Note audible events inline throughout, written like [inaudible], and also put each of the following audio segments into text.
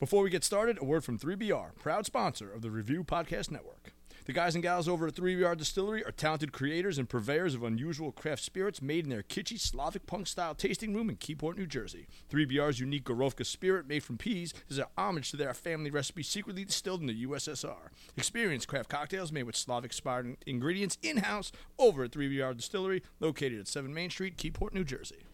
Before we get started, a word from 3BR, proud sponsor of the Review Podcast Network. The guys and gals over at 3BR Distillery are talented creators and purveyors of unusual craft spirits made in their kitschy Slavic punk style tasting room in Keyport, New Jersey. 3BR's unique Gorovka spirit made from peas is a homage to their family recipe secretly distilled in the USSR. Experience craft cocktails made with Slavic inspired ingredients in house over at 3BR Distillery, located at 7 Main Street, Keyport, New Jersey.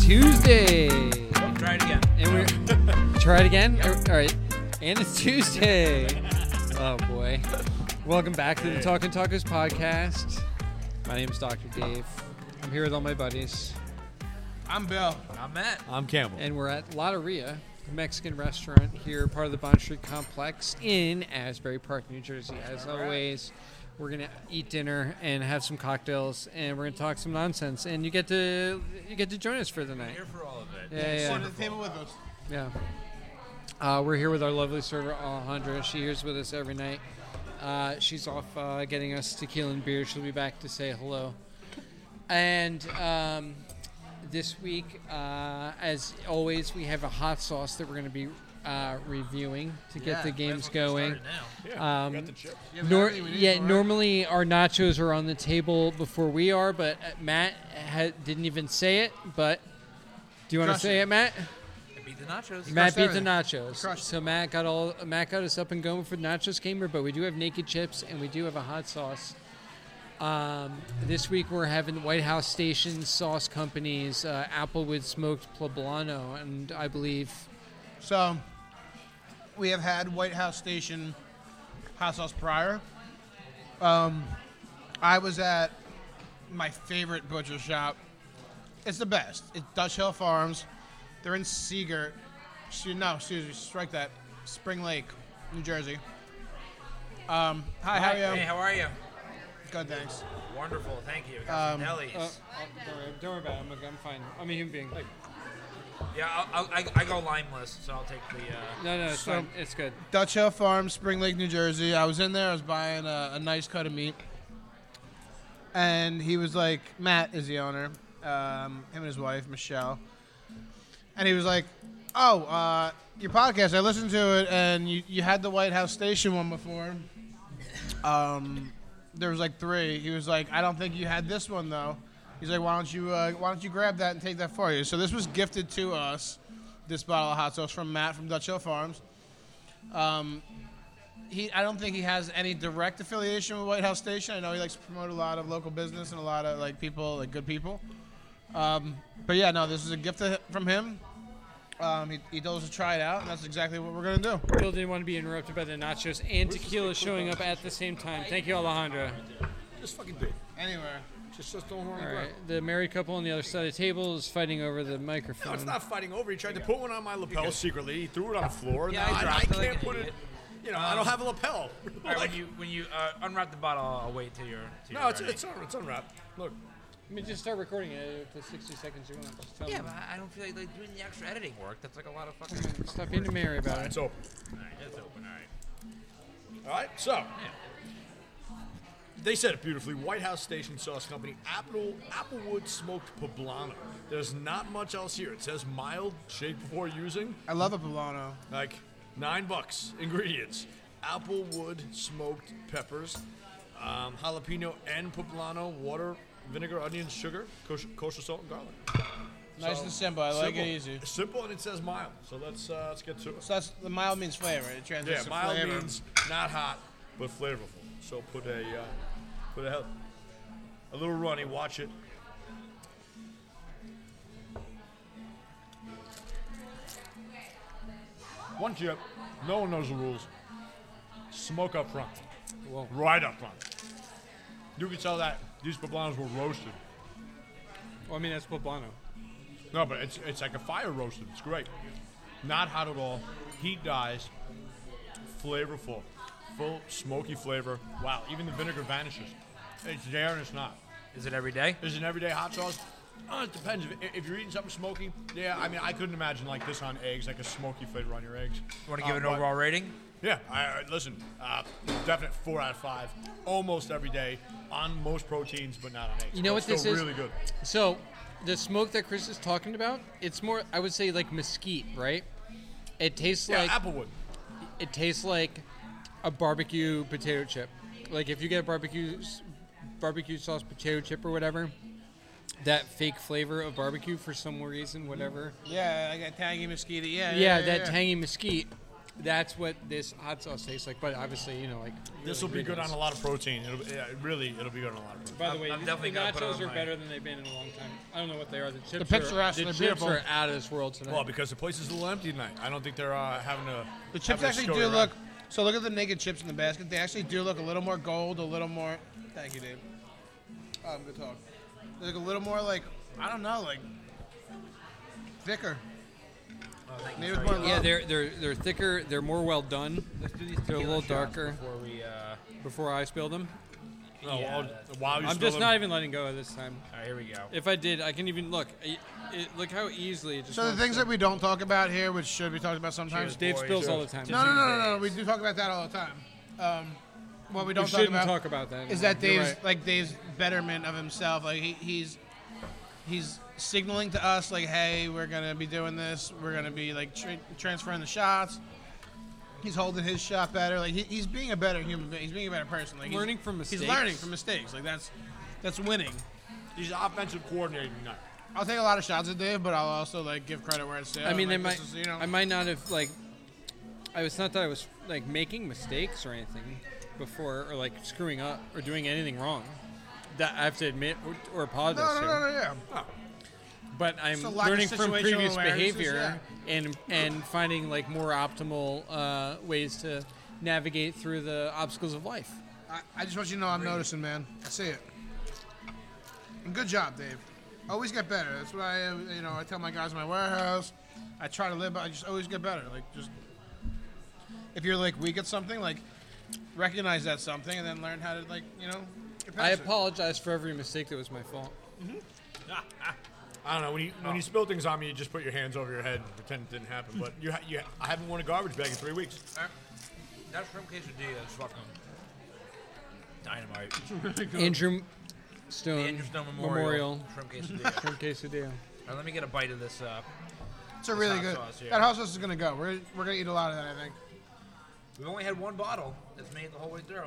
Tuesday. Try it again. And we're try it again. All right. And it's Tuesday. Oh boy. Welcome back to the Talking Tacos podcast. My name is Dr. Dave. I'm here with all my buddies, I'm Bill. I'm Matt. I'm Campbell. and we're at Loteria, a Mexican restaurant here, part of the Bond Street complex in Asbury Park, New Jersey. As always, we're gonna eat dinner and have some cocktails, and we're gonna talk some nonsense. And you get to you get to join us for the night. Here for all of it. Yeah, yeah. the table with us. Yeah. Uh, we're here with our lovely server Alejandra. She here's with us every night. Uh, she's off uh, getting us tequila and beer. She'll be back to say hello. And um, this week, uh, as always, we have a hot sauce that we're going to be uh, reviewing to get the games going. Um, Nor- yeah, normally our nachos are on the table before we are, but uh, Matt ha- didn't even say it. But do you want to Trust say it. it, Matt? Beat the nachos. Matt beat the everything. nachos. crushed So Matt got all Matt got us up and going for the nachos gamer, but we do have naked chips and we do have a hot sauce. Um, this week we're having White House Station Sauce Company's uh, Applewood Smoked Poblano, and I believe So um, we have had White House Station hot sauce prior. Um, I was at my favorite butcher shop. It's the best. It's Dutch Hill Farms. They're in Seagirt. She, no, excuse me, strike that. Spring Lake, New Jersey. Um, hi, how are Hey, you? how are you? Good, thanks. Wonderful, thank you. We got some Um, delis. Uh, oh, don't, worry, about it. I'm, fine. I'm a human being. yeah, I'll, I'll, I, I go limeless, so I'll take the. Uh, No, no, it's So- fine. It's good. Dutch Hill Farm, Spring Lake, New Jersey. I was in there. I was buying a, a nice cut of meat, and he was like, "Matt is the owner, um, him and his wife Michelle," and he was like, "Oh, uh, your podcast. I listened to it, and you, you had the White House Station one before. Um, there was like three. He was like, I don't think you had this one though. He's like, why don't you uh, why don't you grab that and take that for you? So this was gifted to us, this bottle of hot sauce from Matt from Dutch Hill Farms. Um, he, I don't think he has any direct affiliation with White House Station. I know he likes to promote a lot of local business and a lot of like people, like good people. Um, but yeah, no, this is a gift to, from him. Um, he, he told us to try it out, and that's exactly what we're gonna do. Bill didn't want to be interrupted by the nachos and tequila showing up at the same time. Thank you, Alejandra. Just fucking do it. Anyway, Just, just don't worry All about right, it. the married couple on the other side of the table is fighting over the microphone. No, it's not fighting over. He tried to put one on my lapel secretly. He threw it on the floor. Yeah, and I I, I dropped it like can't an put it. idiot. Um, You know, I don't have a lapel. [laughs] all right, Like, when you when you uh, unwrap the bottle, I'll, I'll wait till you're. till no, you're it's ready. it's, un- it's unwrapped. Look, I mean, just start recording it up to 60 seconds. You want to just tell Yeah, me. but I- I don't feel like, like doing the extra editing work. That's like a lot of fucking. Stop being to Mary about it. it's open. all right, it's open. All right. All right, so they said it beautifully. White House Station Sauce Company, apple applewood smoked poblano. There's not much else here. It says mild, shake before using. I love a poblano. Like nine bucks. Ingredients: applewood smoked peppers, um, jalapeno and poblano, water, vinegar, onions, sugar, kosher, kosher salt, and garlic. Nice So, and simple. I like simple, it easy. Simple, and it says mild. So let's uh, let's get to it. So that's the mild means flavor. It translates Yeah, to mild flavor. means not hot, but flavorful. So put a uh, put a hell- a little runny. Watch it. One chip. No one knows the rules. Smoke up front. Right up front. You can tell that these poblanos were roasted. Well, I mean, that's poblano. No, but it's it's like a fire roasted. It's great. Not hot at all. Heat dies. Flavorful. Full smoky flavor. Wow, even the vinegar vanishes. It's there and it's not. Is it every day? It's an everyday hot sauce. Uh, it depends. If, if you're eating something smoky, Yeah, I mean, I couldn't imagine like this on eggs, like a smoky flavor on your eggs. Want to Uh, give Um, it an but- overall rating? Yeah, I, I- listen, uh, definite four out of five, almost every day on most proteins, but not on eggs. You know But what this still is? Really good. So, the smoke that Chris is talking about, it's more, I would say, like mesquite, right? It tastes Yeah, like applewood. it tastes like a barbecue potato chip. Like if you get barbecue s- barbecue sauce potato chip or whatever, that fake flavor of barbecue for some reason, whatever. Yeah, I got tangy mosquito. Yeah, Yeah, that tangy mesquite. That's what this hot sauce tastes like. But obviously, you know, like This will be good on a lot of protein. It'll, yeah, really, it'll be good on a lot of protein. By the way, I'm these- definitely the gonna put it nachos on are my- better than they've been in a long time. I don't know what they are. The chips, picture are, us, the they're chips beautiful. are out of this world tonight. Well, because the place is a little empty tonight. I don't think they're uh, having a. The chips actually do look. So look at the naked chips in the basket. They actually do look a little more gold, a little more. Thank you, Dave. Um, good talk. They look a little more like I don't know, like thicker. Oh, Maybe with more love. yeah, they're they're they're thicker. They're more well done Let's do these They're a tequila little shots darker. Before we, uh, all before I spill them. No, Yeah, I'll- that's- wow, you I'm spill just them. not even letting go this time. right, here we go. If I did, I can even look. I- it- look how easily. It just So the wants things to- that we don't talk about here, which should be talked about Cheers. sometimes. Dave Boys, spills uh, all the time. No, no, no, no, no. We do talk about that all the time. Um, what we we don't talk shouldn't about, talk about that. anymore. is that You're Dave's right. like Dave's betterment of himself. Like he, he's he's signaling to us like, hey, we're gonna be doing this. We're gonna be like tra- transferring the shots. He's holding his shot better. Like he, he's being a better human being. He's being a better person. Like he's- Learning from He's mistakes. learning from mistakes. Like that's that's winning. He's offensive coordinating tonight. I'll take a lot of shots at Dave, but I'll also like give credit where it's due. I mean, Oh, like, they might. this is, you know, I might not have like. I was not that I was like making mistakes or anything before, or like screwing up or doing anything wrong. That I have to admit or, or apologize no, no, no, to. no, yeah. But I'm a lack of learning from situational previous awareness, behavior and and finding like more optimal uh, ways to navigate through the obstacles of life. I, I just want you to know I'm noticing, man. I see it. And good job, Dave. Always get better. That's what I, uh, you know, I tell my guys in my warehouse. I try to live. by I just always get better. Like just, if you're like weak at something, like recognize that something and then learn how to like, you know. get I past it. apologize for every mistake that was my fault. I don't know. When you Oh. when you spill things on me, you just put your hands over your head and pretend it didn't happen. But you, ha- you, ha- I haven't won a garbage bag in three weeks. That's from quesadilla. It's fucking dynamite. Andrew Stone The Andrew Stone Memorial. Shrimp [laughs] quesadilla. from quesadilla. Now, let me get a bite of this. Uh, It's a really hot good. sauce, yeah. That hot sauce is gonna go. We're we're gonna eat a lot of that. I think. we've only had one bottle that's made it the whole way through.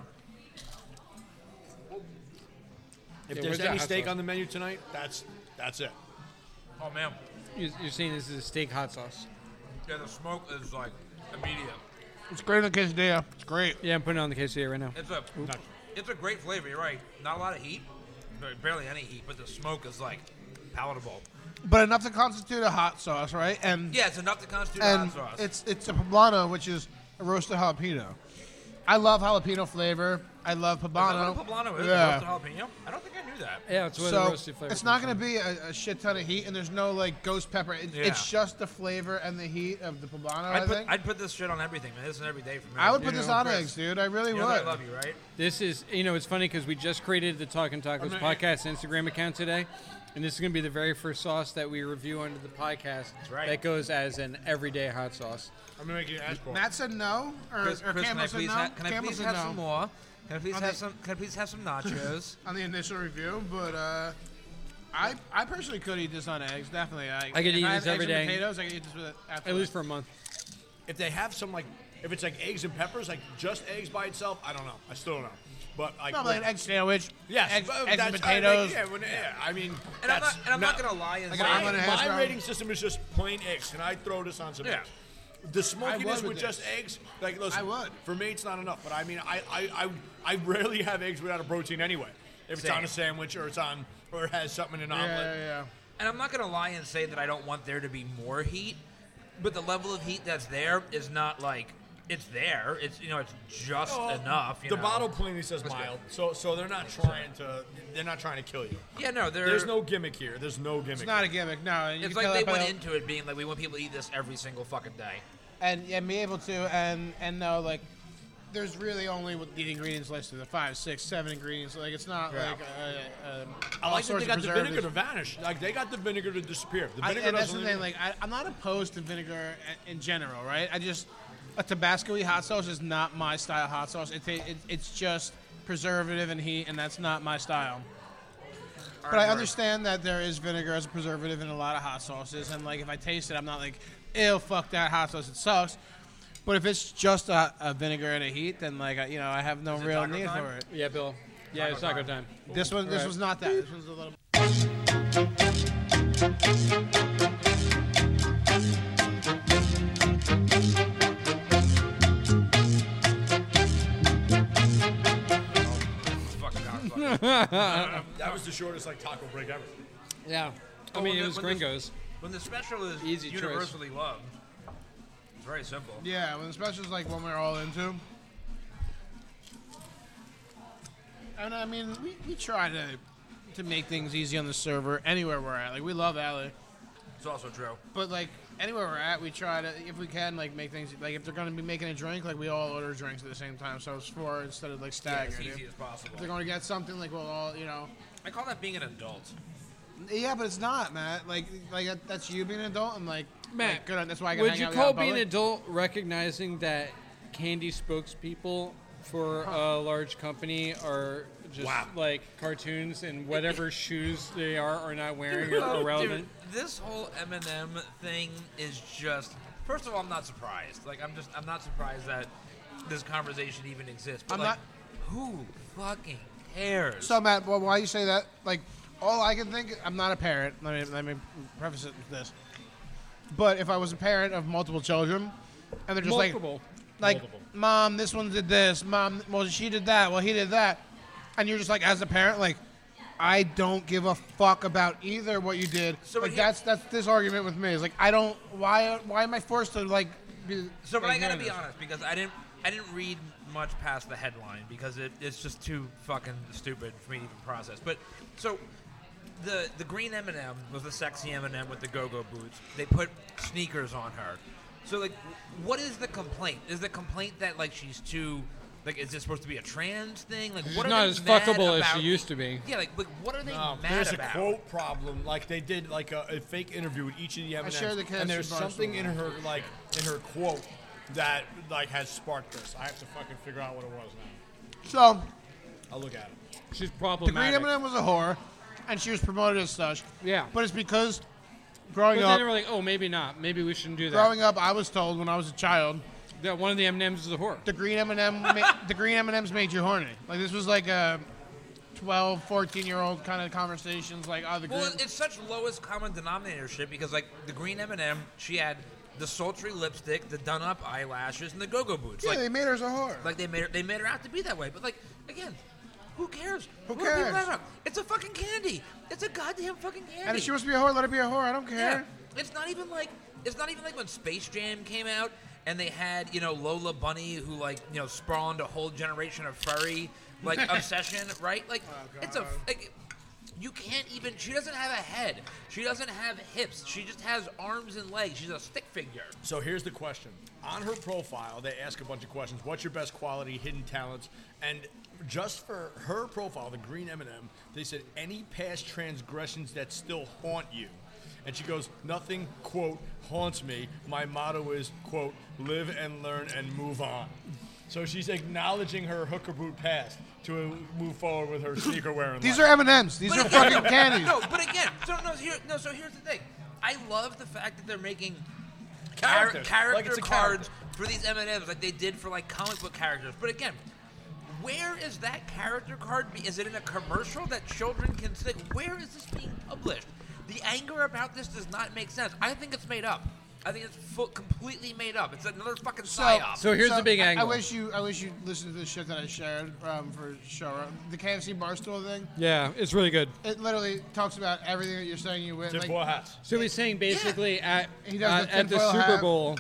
If Yeah, where's there's that any hot steak sauce? on the menu tonight, that's that's it. Oh man, You- You're saying this is a steak hot sauce? yeah, the smoke is like immediate. It's great in quesadilla. It's great. Yeah, I'm putting it on the quesadilla right now. It's a, it's a great flavor. You're right. Not a lot of heat, ba- barely any heat, but the smoke is like palatable. But enough to constitute a hot sauce, right? And Yeah, it's enough to constitute a and hot sauce. it's it's a poblano, which is a roasted jalapeno. I love jalapeno flavor. I love Is that poblano. what a poblano is? Yeah. Roasted jalapeno? I don't think I knew that. Yeah, it's where the So roasted flavor. it's not going to be a, a shit ton of heat, and there's no like ghost pepper. It, Yeah. It's just the flavor and the heat of the poblano. I, I'd put, think. I, I'd put this shit on everything, man. This is every day for me. would put You this know, on Chris, eggs, dude. I really You would. know that I love you, right? This is, you know, it's funny because we just created the Talking Tacos podcast Instagram account today, and this is going to be the very first sauce that we review under the podcast. That's right. That goes as an everyday hot sauce. I'm gonna make you ask for. it. Matt said no, or, Chris, or Chris, can I Campbell said please, uh, no. ha- can I Campbell please said have no some more? Can I please On have the- some? Can I please have some [laughs] nachos? on the initial review, but uh, I I personally could eat this on eggs. Definitely. I, could if eat I this have eggs every and day. Potatoes. I could eat this with it after At least for a month. If they have some like, if it's like eggs and peppers, like just eggs by itself, I don't know. I still don't know. But like, Probably an egg sandwich. Yes, eggs, but eggs and that's- I think- potatoes. yeah, when- yeah, I mean, And I'm not, that's and I'm not gonna lie. And Like say, an omelet. My, hash my brown. rating system is just plain eggs, and I throw this on some Yeah. eggs. The smokiness would with do. just eggs, like listen, I would. for me it's not enough. But I mean, I I, I, I rarely have eggs without a protein anyway. If it's Same. on a sandwich or it's on or it has something in an yeah, omelet. yeah, yeah. and I'm not gonna lie and say that I don't want there to be more heat, but the level of heat that's there is not like it's there. It's you know it's just Oh, Well, enough. You Oh, the know? bottle plainly says That's good. mild, so so they're not trying to they're not trying to kill you. Yeah, no, there- There's no gimmick here. There's no gimmick. It's not a gimmick. No, and you It's can like tell they that by went the- into it being like we want people to eat this every single fucking day. and and be able to and and know like there's really only what the ingredients listed: the five, six, seven ingredients. Like it's not like uh, uh, I all like that they sorts of got the preservatives. vinegar to vanish. Like they got the vinegar to disappear. The I, vinegar and that's doesn't the leave thing. it. Like, I, I'm not opposed to vinegar a- in general, right? I just a Tabasco hot sauce is not my style hot sauce. It, ta it it's just preservative and heat, and that's not my style. But I understand that there is vinegar as a preservative in a lot of hot sauces, and like if I taste it, I'm not like, ew, fuck that hot sauce, it sucks. But if it's just a, a vinegar and a heat, then like I, you know, I have no it real taco need time? for it. Yeah, Bill. Yeah, it's taco time. This one, this Right. was not that. This one's a little. [laughs] Fucking cocksucker. That was the shortest like taco break ever. Yeah. I Oh, mean, when it the- was when the- Gringos. when the special is Easy choice. universally loved, it's very simple. Yeah, when the special's like one we're all into. And I mean, we, we try to to make things easy on the server anywhere we're at. Like we love Alley, It's also true. but like anywhere we're at, we try to if we can like make things like if they're gonna be making a drink, like we all order drinks at the same time, so it's four instead of like As staggered. easy if as possible. they're gonna get something like we'll all you know. I call that being an adult. Yeah, but it's not, Matt. Like like that- that's you being an adult and like Matt, like, good on that's why I can would hang you out with call Alec being an Baldwin. adult recognizing that candy spokespeople for a large company are just like cartoons and [laughs] whatever shoes they are or not wearing are irrelevant? Dude, this whole Eminem thing is just. First of all, I'm not surprised. Like, I'm just, I'm not surprised that this conversation even exists. But I'm like, who fucking cares? So Matt, well, why you say that? Like, all I can think, I'm not a parent. Let me let me preface it with this. But if I was a parent of multiple children, and they're just Multiple. like, like, Multiple. mom, this one did this. Mom, well, she did that. Well, he did that. And you're just like, as a parent, like, I don't give a fuck about either what you did. So like he- that's that's this argument with me. It's like I don't. Why why am I forced to like? Be, So, but like, I gotta hearing be this? honest because I didn't, I didn't read much past the headline because it, it's just too fucking stupid for me to even process. But so, the the green M and M was the sexy M and M with the go go boots. They put sneakers on her. So, like, what is the complaint? Is the complaint that like she's too, like, is this supposed to be a trans thing? Like, what are not they as mad fuckable as she about? used to be. Yeah, like, like what are they Um, mad there's about? a quote problem. Like they did like a, a fake interview with each of the M&Ms, shared the and Cassie there's Barnes something in one. her like in her quote that like has sparked this. I have to fucking figure out what it was now. So I'll look at it. She's The green problematic. M&M was a whore, and she was promoted as such. Yeah. But it's because but growing then up, they were like, oh, maybe not. Maybe we shouldn't do that. growing up, I was told when I was a child, that one of the M&Ms is a whore. the green M&M, ma- the green M&Ms made you horny. Like this was like a 12, 14 year old kind of conversations. Like, oh, the green. Well, it- it's such lowest common denominator shit because like the green M and M, she had the sultry lipstick, the done up eyelashes, and the go go boots. like, made her as a whore. like they made her, they made her out to be that way. But like again, who cares? Who What are people cares? mad about? It's a fucking candy. It's a goddamn fucking candy. and if she wants to be a whore, let her be a whore. I don't yeah. care. It's not even like it's not even like when Space Jam came out and they had you know Lola Bunny who like you know spawned a whole generation of furry like obsession, right? Like it's a like you can't even. She doesn't have a head. She doesn't have hips. She just has arms and legs. She's a stick figure. So here's the question. On her profile, they ask a bunch of questions. What's your best quality, hidden talents? And just for her profile, the green M&M, they said any past transgressions that still haunt you. And she goes, nothing, quote, haunts me. My motto is, quote, live and learn and move on. So she's acknowledging her hooker boot past to move forward with her sneaker wearing. These life. are M&Ms. These are [laughs] fucking candies. No, but again, so no, here, no. So here's the thing. I love the fact that they're making char- Characters. character Like, it's a cards for these M and M's, like they did for like comic book characters. But again, where is that character card? Be- Is it in a commercial that children can see? Where is this being published? The anger about this does not make sense. I think it's made up. I think it's full, completely made up. It's another fucking psyop. So here's the big I- angle. I wish you, I wish you listened to the shit that I shared um, for show the KFC barstool thing. yeah, it's really good. It literally talks about everything that you're saying you win. Tip Like, four hats. So he's saying basically He at, uh, does the at the tinfoil Super hat. Bowl,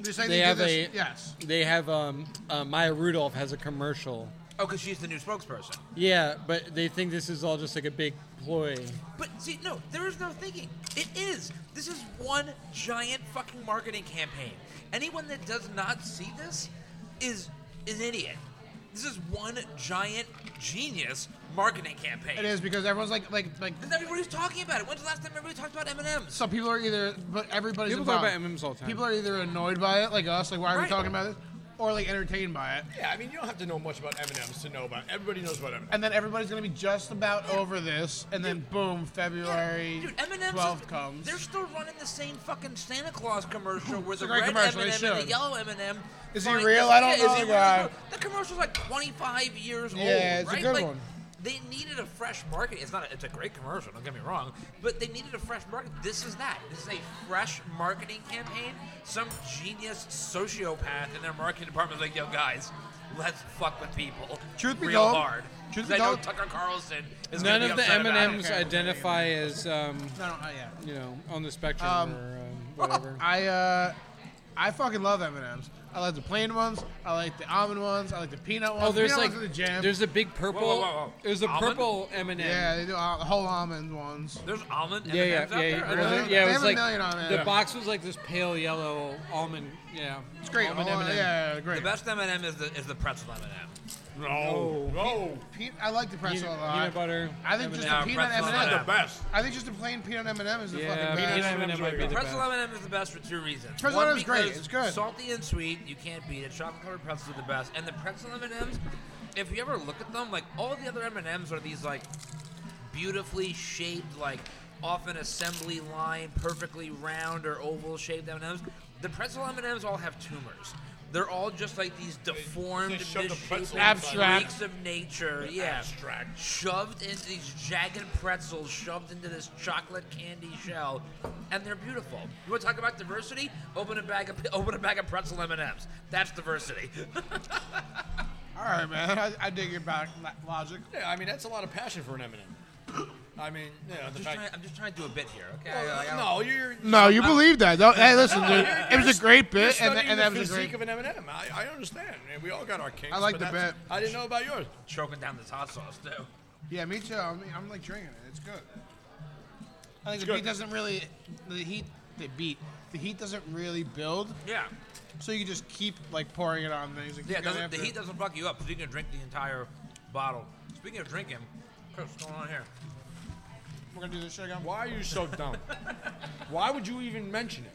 They're saying They they, do have this- a- yes. they have um, uh, Maya Rudolph has a commercial. Oh, because she's the new spokesperson. Yeah, but they think this is all just like a big ploy. But see, no, there is no thinking. It is. This is one giant fucking marketing campaign. Anyone that does not see this is an idiot. This is one giant genius marketing campaign. It is because everyone's like, like, like. And everybody's talking about it. When's the last time everybody talked about M&M's? So people are either, but everybody's People talk involved. about M&Ms all the time. People are either annoyed by it, like us, like why are we Right. talking about this, or like entertained by it, Yeah, I mean, you don't have to know much about M&M's to know about. Everybody knows about M&M's. and then everybody's gonna be just about over this, and then boom, February Dude, M&M's 12th is- comes. They're still running the same fucking Santa Claus [laughs] commercial where It's a the great red commercial, M&M they and the should. yellow M&M. Is he find- real? I don't yeah, is he know, real? guy. The commercial's like 25 years old. Yeah, it's a right? good like, one. They needed a fresh market. It's not. A, it's a great commercial. Don't get me wrong, but they needed a fresh market. This is that. This is a fresh marketing campaign. Some genius sociopath in their marketing department is like, "Yo, guys, let's fuck with people. Truth be real told- hard." 'Cause truth be I know told- Tucker Carlson is None gonna of be the upset M and about it. M's identify as um, no, no, uh, yeah. you know on the spectrum Um, or um, whatever. I uh, I fucking love M and M's. I like the plain ones. I like the almond ones. I like the peanut ones. Oh, there's peanut like ones are the jam. there's a big purple. Whoa, whoa, whoa. There's a Almond? purple M and m yeah, they do all, the whole almond ones. There's almond M&Ms yeah, yeah, out yeah. there. yeah, yeah, I didn't really? know yeah, that. They it have was a like million on it. the Yeah. box was like this pale yellow almond. Yeah, It's great. Almond whole- M&M. Yeah, great. The best M&M is the is the pretzel M&M. No. No. Pe- I like the pretzel Peanut, a lot. peanut butter. I think just M&M. Nah, the peanut pretzel M&M. M&M. The best. I think just a plain peanut M&M is the yeah, fucking best. peanut M&M might be the Pretzel best. M&M is the best for two reasons. Pretzel One, M&M is great. because It's good. Salty and sweet, you can't beat it. Chocolate covered pretzels are the best. And the pretzel M&Ms, if you ever look at them, like all the other M&Ms are these like beautifully shaped, like off an assembly line, perfectly round or oval shaped M&Ms. The pretzel M&Ms all have tumors. They're all just like these deformed, They shove the pretzel misshapen inside. Abstract. freaks of nature. Yeah, abstract. Shoved into these jagged pretzels, shoved into this chocolate candy shell, and they're beautiful. You want to talk about diversity? Open a bag of [laughs] open a bag of pretzel M and M's. That's diversity. All right, man. I, I dig your back lo- logic. Yeah, I mean, that's a lot of passion for an M&M. I mean, yeah, the just fact. trying, I'm just trying to do a bit here, okay? Well, Like, I don't- no, you're. No, you believe that. Don't, hey, listen, No, dude. [laughs] you're- It was a great You're bit, and, studying th- and the that was a physique great. of an M&M. I, I understand. and we all got our kinks. I like but the that's- bet. I didn't know about yours. choking down this hot sauce too. Yeah, me too. I'm, I'm like drinking it. It's good. I think the good. beat doesn't really the heat. The beat. The heat doesn't really build, Yeah, so you can just keep like pouring it on things. and yeah. keep it going Doesn't, the after heat it. doesn't fuck you up, so you can drink the entire bottle. Speaking of drinking, Chris, what's going on here? We're gonna do this shit again. Why are you so dumb? Why would you even mention it?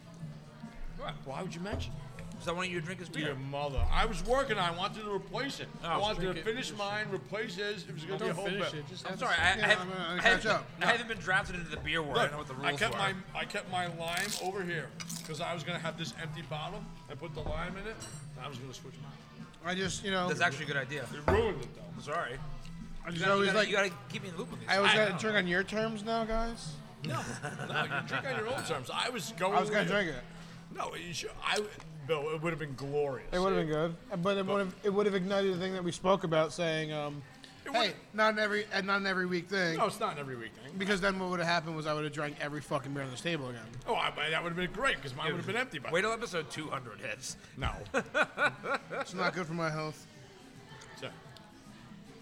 What? Why would you mention it? Is that one of you to drink his beer? Your mother. I was working. I wanted to replace it. I Oh. wanted Drink to it. finish mine, replace his. It was going to be a Don't whole finish bit. it. Just I'm have sorry, I, Yeah, I, I'm haven't, gonna- I'm I, gonna haven't, catch up. I haven't been drafted into the beer war. I Look, know what the rules I kept were. my I kept my lime over here because I was gonna have this empty bottle. I put the lime in it. and I was gonna switch mine. I just, you know, That's actually a good idea. It ruined it though. I'm sorry. I You gotta, just you always gotta, like. you gotta keep me in the loop on these. I always things. gotta drink on your terms now, guys. No, you drink on your own terms. I was going. I was gonna with drink you. it. No, you should. I Bill, it would have been glorious. It would have been good, Uh, but it would have it would have ignited the thing that we spoke about, saying, um, "Hey, would've- not an every and not an every week thing." No, it's not an every week thing. Because then what would have happened was I would have drank every fucking beer on this table again. Oh, I, that would have been great because mine would have been empty. By Wait till episode 200 hits. no. It's not good for my health. So,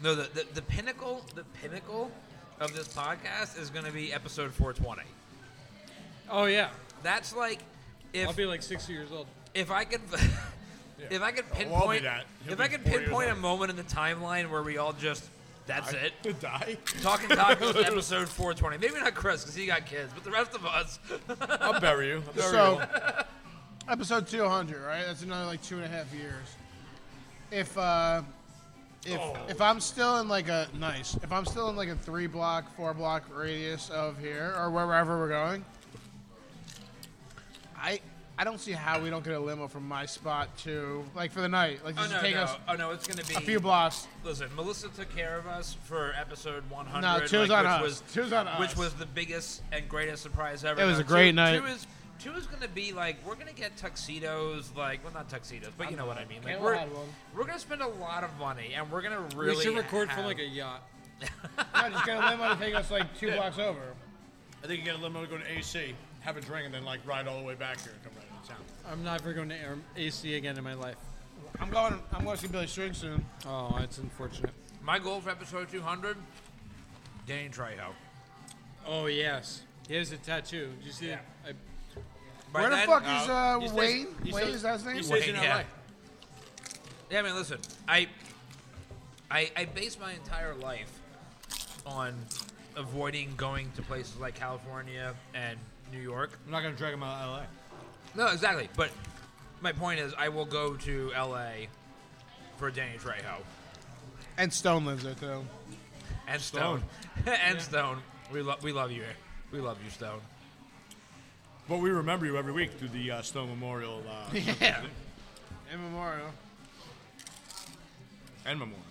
No, the, the, the pinnacle, the pinnacle of this podcast is gonna be episode 420. Oh yeah, That's like I'll if be like 60 years old. if I [laughs] could if I could I'll be pinpoint that. He'll if be I could four years pinpoint a old. moment in the timeline where we all just that's [laughs] it. to die. Talking tacos episode 420. Maybe not Chris because he got kids, but the rest of us. I'll bury you. I'll bury So, you. episode two hundred, right? That's another like two and a half years. If uh, if Oh. if I'm still in like a nice, if I'm still in like a three block, four block radius of here or wherever we're going, I. I don't see how we don't get a limo from my spot to like for the night. Like Oh just no, take no. us oh no, it's gonna be a few blocks. Listen, Melissa took care of us for episode 100. No, two's on us. Two's on us. Which was the biggest and greatest surprise ever. It was No, a great two, night. Two is, two is going to be like, we're going to get tuxedos, like, well, not tuxedos, but you know what I mean. Like, Kayla we're had one. we're going to spend a lot of money, and we're going to really. we should record from have- like a yacht. No, just get a limo to take us like two blocks over. I think you get a limo to go to AC, have a drink, and then like ride all the way back here and come right into town. I'm never going to air- AC again in my life. I'm going. I'm going to see Billy String soon. Oh, it's unfortunate. My goal for episode 200 Danny Trejo. Oh yes, he has a tattoo. Did you see Yeah. that? By Where the then- fuck is uh, uh, he stays- Wayne? he Wayne stays- is that his name? he stays Wayne, in yeah. LA. Yeah, I mean, listen, I, I, I base my entire life on avoiding going to places like California and New York. I'm not gonna drag him out of LA. No, exactly. But my point is, I will go to L.A. for Danny Trejo And Stone lives there too. and Stone, [laughs] and Stone. We love we love you. here. We love you, Stone. But we remember you every week through the uh, Stone Memorial uh, Yeah. In memorial. and Memorial.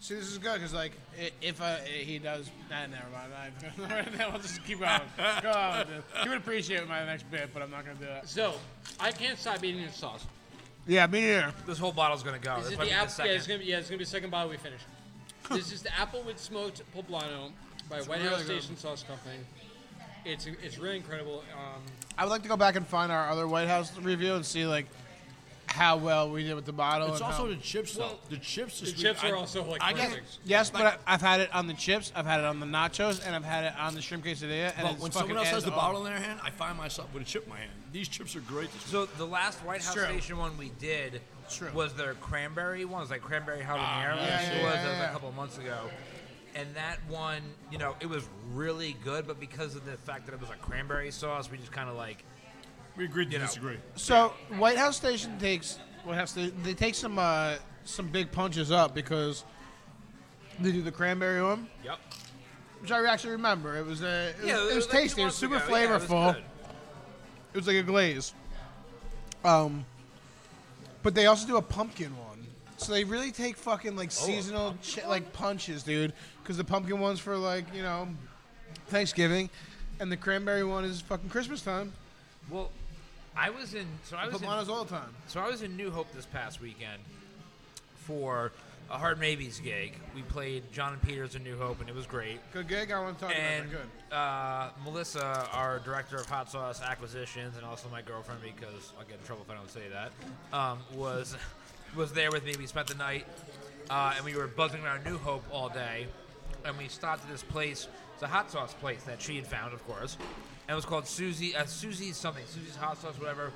See, this is good because like i- if uh, he does, nah, never mind. [laughs] I, all right, then we'll just keep going. Go on with this. You would appreciate my next bit, but I'm not gonna do it. So I can't stop eating this sauce. Yeah, me neither. This whole bottle's gonna go. This This is might the be the apple. Yeah, it's second. gonna be yeah, it's gonna be the second bottle we [laughs] finish. this is the applewood smoked poblano by White really House good. Station Sauce Company. It's it's really incredible. Um, I would like to go back and find our other White House review and see like how well we did with the bottle. It's Oh, and also how- the chips, though. the chips. the chips are also like I get- perfect. yes, but I, I've had it on the chips, I've had it on the nachos, and I've had it on the shrimp quesadilla. And But it's when fucking someone else has adds the all- bottle in their hand, I find myself with a chip in my hand. These chips are great. This So the last White House true. Station one we did true. Ah, was their cranberry one. It was like cranberry habanero. yeah, It yeah, was, yeah, that was yeah. a couple of months ago. And that one, you know, it was really good, but because of the fact that it was a cranberry sauce, we just kind of like we agreed to know. disagree. So White House Station takes White House. They, they take some uh, some big punches up because they do the cranberry one, Yep. which I actually remember. It was uh, it was, Yeah, it was, like two tasty. It was months super ago. Yeah, it was flavorful. good. it was like a glaze. Um, but they also do a pumpkin one. So they really take fucking Oh, like seasonal chi- like punches, dude. Because the pumpkin one's for like you know Thanksgiving, and the cranberry one is fucking Christmas time. Well, I was in so I was in, Poblano's all the time. so I was in New Hope this past weekend for a Hard Maybes gig. We played John and Peters in New Hope, and it was great. Good gig. I want to talk and about it. Good. uh, Melissa, our director of hot sauce acquisitions, and also my girlfriend, because I'll get in trouble if I don't say that, um, was was there with me. We spent the night, uh, and we were buzzing around New Hope all day, and we stopped at this place. It's a hot sauce place that she had found, of course, and it was called Susie uh, Susie's something, Susie's hot sauce, whatever.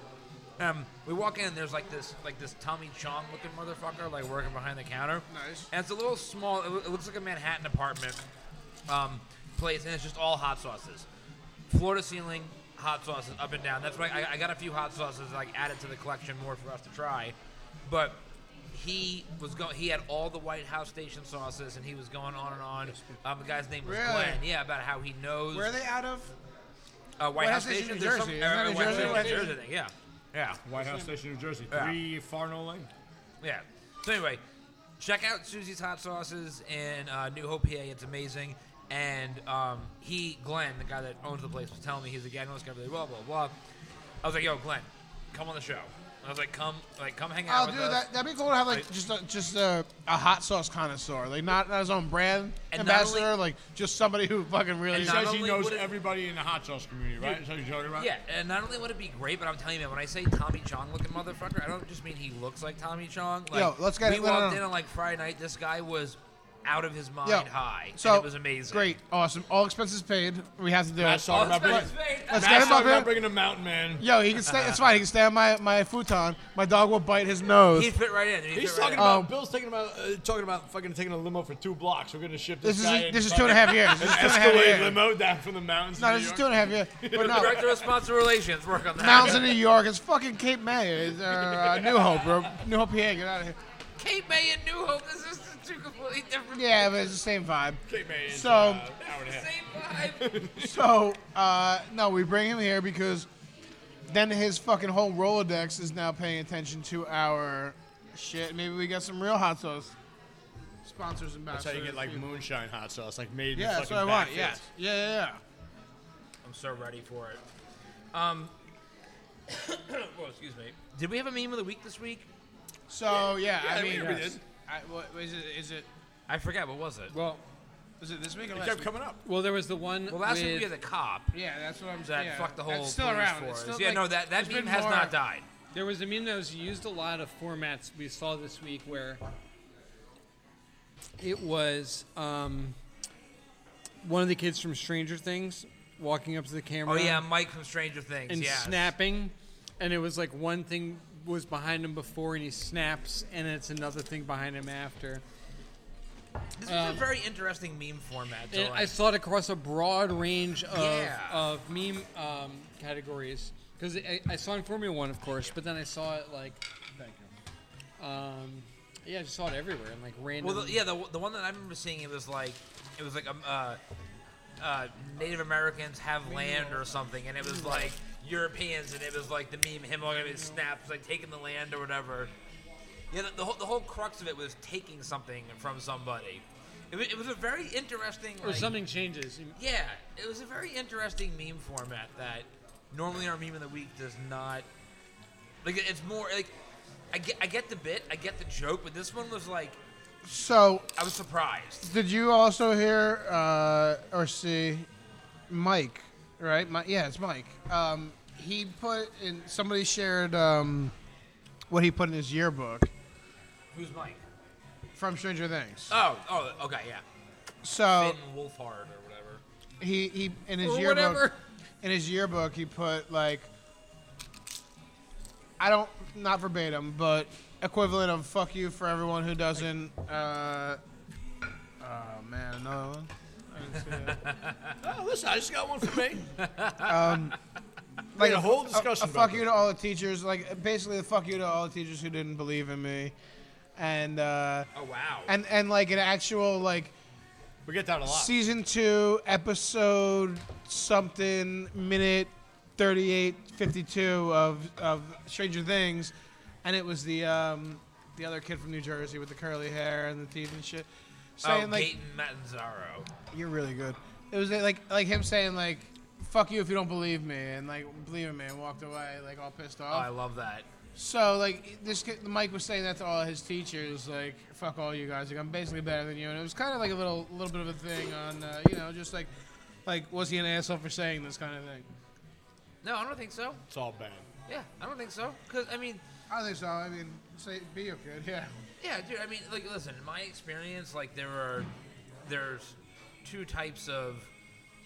Um, we walk in and there's like this like this Tommy Chong looking motherfucker like working behind the counter. Nice. And it's a little small. It, loo- it looks like a Manhattan apartment um, place, and it's just all hot sauces, floor to ceiling hot sauces up and down. That's why I, I got a few hot sauces like added to the collection more for us to try. But he was go he had all the White House station sauces, and he was going on and on. Um, the guy's name was Really? Glenn. Yeah, about how he knows Where are they out of? uh, White House Station, New there's some- Jersey. Isn't that uh, New White House Jersey? Station, New Jersey thing, Yeah, yeah. White House Station, New Jersey, Yeah. three Farno Lane. Yeah. So anyway, check out Susie's Hot Sauces in uh, New Hope, PA. It's amazing. And um, he, Glenn, the guy that owns the place, was telling me he's a guy who knows really well, blah blah. I was like, "Yo, Glenn, come on the show." I was like, "Come, like, come hang out Oh, with dude, us." that, that'd be cool to have like Like- just a, just a, a hot sauce connoisseur, like not, not his own brand And not ambassador, like just somebody who fucking really. And He not says he only knows would it- everybody in the hot sauce community, right? Is that what you're talking about? Yeah, and not only would it be great, but I'm telling you, man, when I say Tommy Chong looking motherfucker, I don't just mean he looks like Tommy Chong. Like, Yo, let's get We it- no, no, walked no. in on like Friday night. This guy was out of his mind Yo, high. so and it was amazing. Great, awesome. All expenses paid. We have to do it. All Sorry about bringing, expenses paid. Let's Matt's get him sorry up about here. bringing a mountain man. Yo, he can stay. It's fine. He can stay on my, my futon. My dog will bite his nose. He fit right in. He He's fit right talking in. Um, about Bill's taking about uh, talking about fucking taking a limo for two blocks. We're gonna ship this, this is guy in this is two fucking and a half years. This an is two and a half Escalade years. limo down from the mountains. No, of New this is two York. and a half years. But no, Director of Sponsor Relations, work on that. mountains in New York. It's fucking Cape May. It's, uh, uh, New Hope, bro. New Hope, PA. Get out of here. Cape May and New Hope. This is two completely different. Yeah, but it's the same vibe. Cape May is, So- uh, an hour and a half. [laughs] Same vibe. So, uh, no, we bring him here because then his fucking whole Rolodex is now paying attention to our shit. Maybe we got some real hot sauce sponsors and That's how you get like moonshine hot sauce, like made. in Yeah, that's fucking what I want. backfields. Yeah. yeah, yeah, yeah. [laughs] I'm so ready for it. Um. [coughs] well, excuse me. Did we have a meme of the week this week? So, yeah, Yeah, I we- mean, we did. I, what, is it? Is it? I forget. What was it? Well, Was it this week or It last kept week? coming up. well, there was the one. Well, last with, week we had the cop Yeah, that's what I'm that saying. yeah. fucked the whole It's still police around. force. It's still, yeah, like, no, that that there's meme been has more- not died. There was a meme that was used a lot of formats we saw this week where it was um, one of the kids from Stranger Things walking up to the camera Oh yeah, Mike from Stranger Things. and Oh, yes. snapping, and it was like one thing was behind him before and he snaps, and it's another thing behind him after. This is a very interesting meme format. To And um, I like, saw it across a broad range of, Yeah. of meme um, categories because I, I saw it in Formula One, of course, but then I saw it like, um, yeah, I just saw it everywhere and like random. well, the, yeah, the, the one that I remember seeing it was like it was like um, uh, uh, Native Americans have land or something, and it was like Europeans, and it was like the meme him going to snaps like taking the land or whatever. Yeah, the, the whole the whole crux of it was taking something from somebody. It was, it was a very interesting. or like- something changes. You- Yeah, it was a very interesting meme format that normally our meme of the week does not. Like, it's more like I get, I get the bit, I get the joke, but this one was like So, I was surprised. did you also hear uh, or see Mike? Right? Mi- yeah, it's Mike. Um, he put in. Somebody shared um, what he put in his yearbook Who's Mike? from Stranger Things. Oh, oh, okay, yeah, So Finn Wolfhard or whatever. he, he in his Or yearbook whatever. in his yearbook he put like I don't not verbatim, but equivalent of fuck you for everyone who doesn't uh oh man, another one. Oh, listen, I just got one for me. [laughs] Like had a whole fu- discussion A, about fuck that. you to all the teachers, like basically the fuck you to all the teachers who didn't believe in me. And uh Oh wow. and and like an actual like we get that a lot. season two, episode something, minute 38, 52 of, of Stranger Things, and it was the um, the other kid from New Jersey with the curly hair and the teeth and shit, oh, saying like, Oh. Gaten Matanzaro. "You're really good." It was like like him saying like, "Fuck you if you don't believe me," and like believe in me, and walked away like all pissed Oh, I off. love that. so like this kid, Mike was saying that to all his teachers, like, "Fuck all you guys, like I'm basically better than you," and it was kind of like a little little bit of a thing on uh, you know just like like was he an asshole for saying this kind of thing. No, I don't think so. It's all bad. Yeah, I don't think so. Cause I mean, I think so. I mean, say, be a kid, yeah. Yeah, dude. I mean, like, listen. In my experience, like, there are there's two types of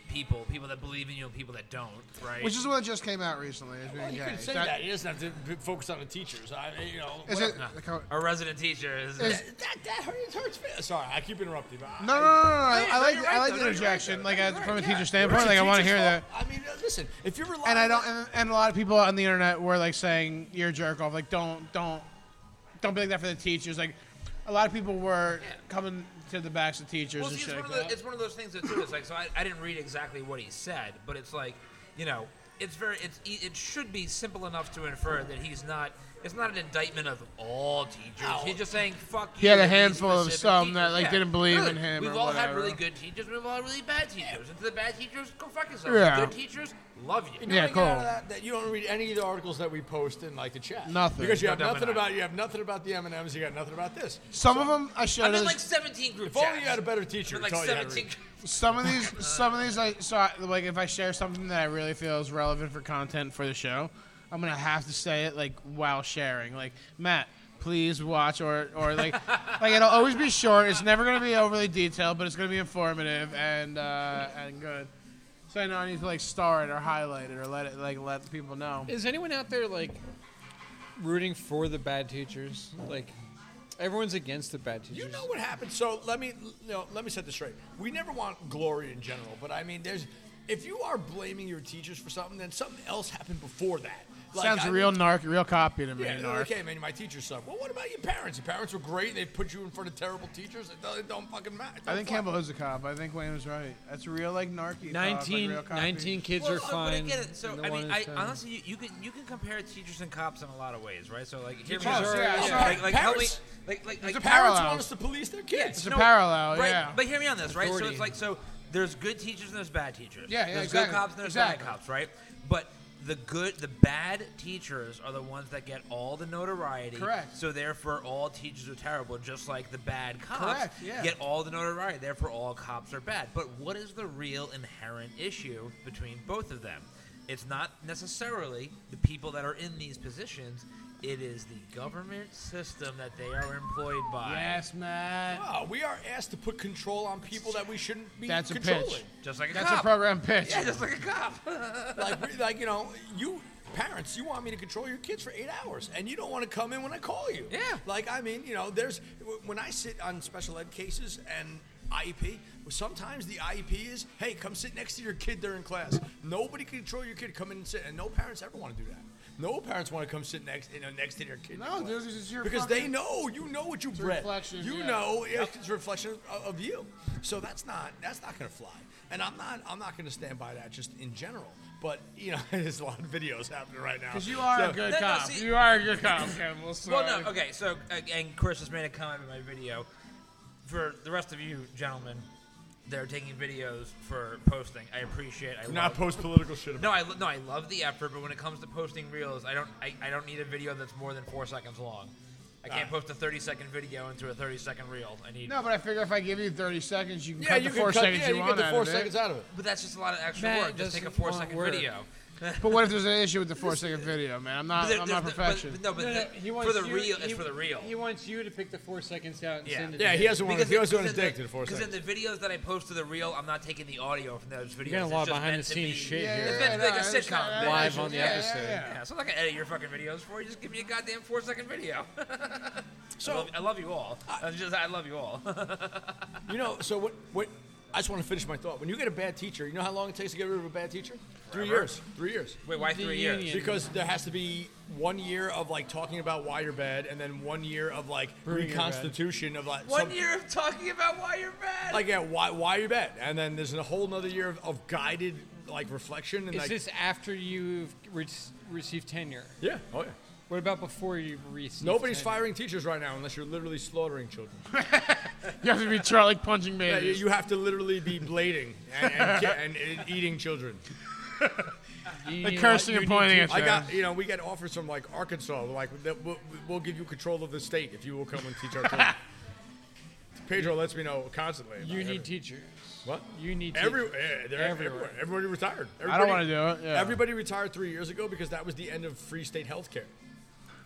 people: people that believe in you and people that don't. Right. Which is what just came out recently. Is being Well, Oh, you gay. can Is say that- that. He doesn't have to b- focus on the teachers. I, you know, is it? whatever. our resident teacher is. Is- that, that, that hurts, hurts me. Sorry, I keep interrupting. but I- No, no, no, no. no. I, no, I like you're I right, like though. No, you're the right, interjection, though. like No, as, you're from a right, teacher yeah. standpoint. It's Like I your want to teacher's hear that. fault. I mean, uh, listen, if you're relying, And I don't. on- And, and a lot of people on the internet were like saying, "You're a jerk off." Like don't don't don't be like that for the teachers. Like a lot of people were Yeah. coming to the backs of teachers well, and see, it's shit one, like of the, that. it's one of those things that too. It's like, so I, I didn't read exactly what he said, but it's like, you know, it's very, it's e- it should be simple enough to infer that he's not. It's not an indictment of all teachers. He's just saying, "Fuck you." He had a to these handful of specific some teachers. that, like, didn't believe in Really, him We've or all had really whatever. good teachers. We've all had really bad teachers. And to the bad teachers, go fuck yourself. Yeah. Good teachers, love you. Yeah, Coming out of cool. That, that you don't read any of the articles that we post in like the chat. Nothing. because you No, have nothing definitely not. about you have nothing about the M and M's. You got nothing about this. Some of them I showed. I'm in us- like 17 group If only chats. you had a better teacher. I'm to in like tell you how to 17. read. Some of these, some of these, I so I, like if I share something that I really feel is relevant for content for the show, I'm gonna have to say it like while sharing. Like Matt, please watch or or like like it'll always be short. It's never gonna be overly detailed, but it's gonna be informative and uh, and good. So I know I need to like star it or highlight it or let it like let people know. [laughs] Is anyone out there like rooting for the bad teachers? Like everyone's against the bad teachers. You know what happened. So let me you know, let me set this straight. We never want glory in general, but I mean, there's if you are blaming your teachers for something, then something else happened before that. Like, Sounds I- real narc, real copy to me. Yeah, narc. okay, man. My teachers suck. Well, what about your parents? Your parents were great. They put you in front of terrible teachers. It don't, it don't fucking matter. It I don't think fuck- Campbell is a cop. I think Wayne was right. That's real like narky. talk, like, 19, real copy. 19 kids Well, are uh, fine. But again, so and the I one mean, is I, fine. honestly, you, you can you can compare teachers and cops in a lot of ways, right? So like, here we Teachers go. are- yeah, like, yeah. like, like help me, Parents- like like like a Parents Parallels. want us to police their Yeah, kids. a no, parallel, right? yeah. But hear me on this, right? So Authority. it's like so. There's good teachers and there's bad teachers. Yeah, yeah, There's exactly, good cops and there's exactly. bad cops, right? But the good, the bad teachers are the ones that get all the notoriety. Correct. So therefore, all teachers are terrible, just like the bad cops Correct, yeah. get all the notoriety. Therefore, all cops are bad. But what is the real inherent issue between both of them? It's not necessarily the people that are in these positions. It is the government system that they are employed by. Yes, Matt. Wow, we are asked to put control on people that we shouldn't be That's a pitch. controlling. Just like a That's [laughs] cop. a program pitch. Yeah, just like a cop. like, we- like you know, you parents, you want me to control your kids for eight hours, and you don't want to come in when I call you. Yeah. Like I mean, you know, there's when I sit on special ed cases and IEP. Sometimes the IEP is, hey, come sit next to your kid during class. Nobody can control your kid. Come in and sit, and no parents ever want to do that. No parents want to come sit next, you know, next to their kid. No, in class. dude, it's your because they fucking- know you know what you It's a bred. reflection, You yeah. know it's a reflection of, of you. So that's not that's not gonna fly. And I'm not I'm not gonna stand by that just in general. But you know, [laughs] there's a lot of videos happening right now. Because you are So- a good No, no, cop. see- you are a good cop, Kevin. Well, Well, sorry. no, okay. So, uh, and Chris just made a comment in my video. For the rest of you gentlemen, they're taking videos for posting. I appreciate. I [laughs] Not love- post political shit. About No, I lo- no, I love the effort, but when it comes to posting reels, I don't, I, I don't need a video that's more than four seconds long. I can't post a 30 second video into a 30 second reel. I need. Ah. No, but I figure if I give you 30 seconds, you can yeah, cut you the can four cut, seconds yeah, you, you want get the out four of it. seconds out of it. But that's just a lot of extra Matt work. Just take a doesn't four want second work. video. But what if there's an issue with the four second video, man? I'm not, But there- I'm there's not the- but- perfection. but No, but No, no, the- he wants for the you- reel, it's he- for the reel. He wants you to pick the four seconds out and Yeah. send it. Yeah, to he him. hasn't wanted. Because He doesn't want because his dick to the four Because in seconds. the videos that I post to the reel, I'm not taking the audio from those videos. You got a lot It's of just behind the meant to scenes be- shit Yeah, here. yeah, It's meant to be like a yeah, I sitcom. understand. Yeah, Live on the yeah, yeah, episode. yeah. Yeah, so I'm not gonna edit your fucking videos for you. Just give me a goddamn four second video. [laughs] I, So love, I love you all. I just I love you all. [laughs] you know, so what? What? I just want to finish my thought. When you get a bad teacher, you know how long it takes to get rid of a bad teacher? Three Forever. years. Three years. Wait, why The three years? union. Because there has to be one year of like talking about why you're bad, and then one year of like Brewing your bad. reconstitution of like One some- year of talking about why you're bad. Like yeah, why why are you bad? And then there's a whole nother year of, of guided like reflection and Is like this after you've re- received tenure? yeah, oh yeah. What about before you've received? Nobody's tenure? firing teachers right now unless you're literally slaughtering [laughs] children. You have to be Charlie punching Yeah, you, babies. you have to literally be blading and, [laughs] and, ki- and, and eating children. You Like know cursing what? and You need pointing to- at I got, you know, we got offers from like Arkansas, like that we'll, we'll give you control of the state if you will come and teach our [laughs] children. Pedro lets me know constantly. about You every- need teachers. what? You need Every, teachers. eh, they're Everywhere. everywhere. Everybody retired. I don't want to do it. Yeah. Everybody retired three years ago because that was the end of free state health care.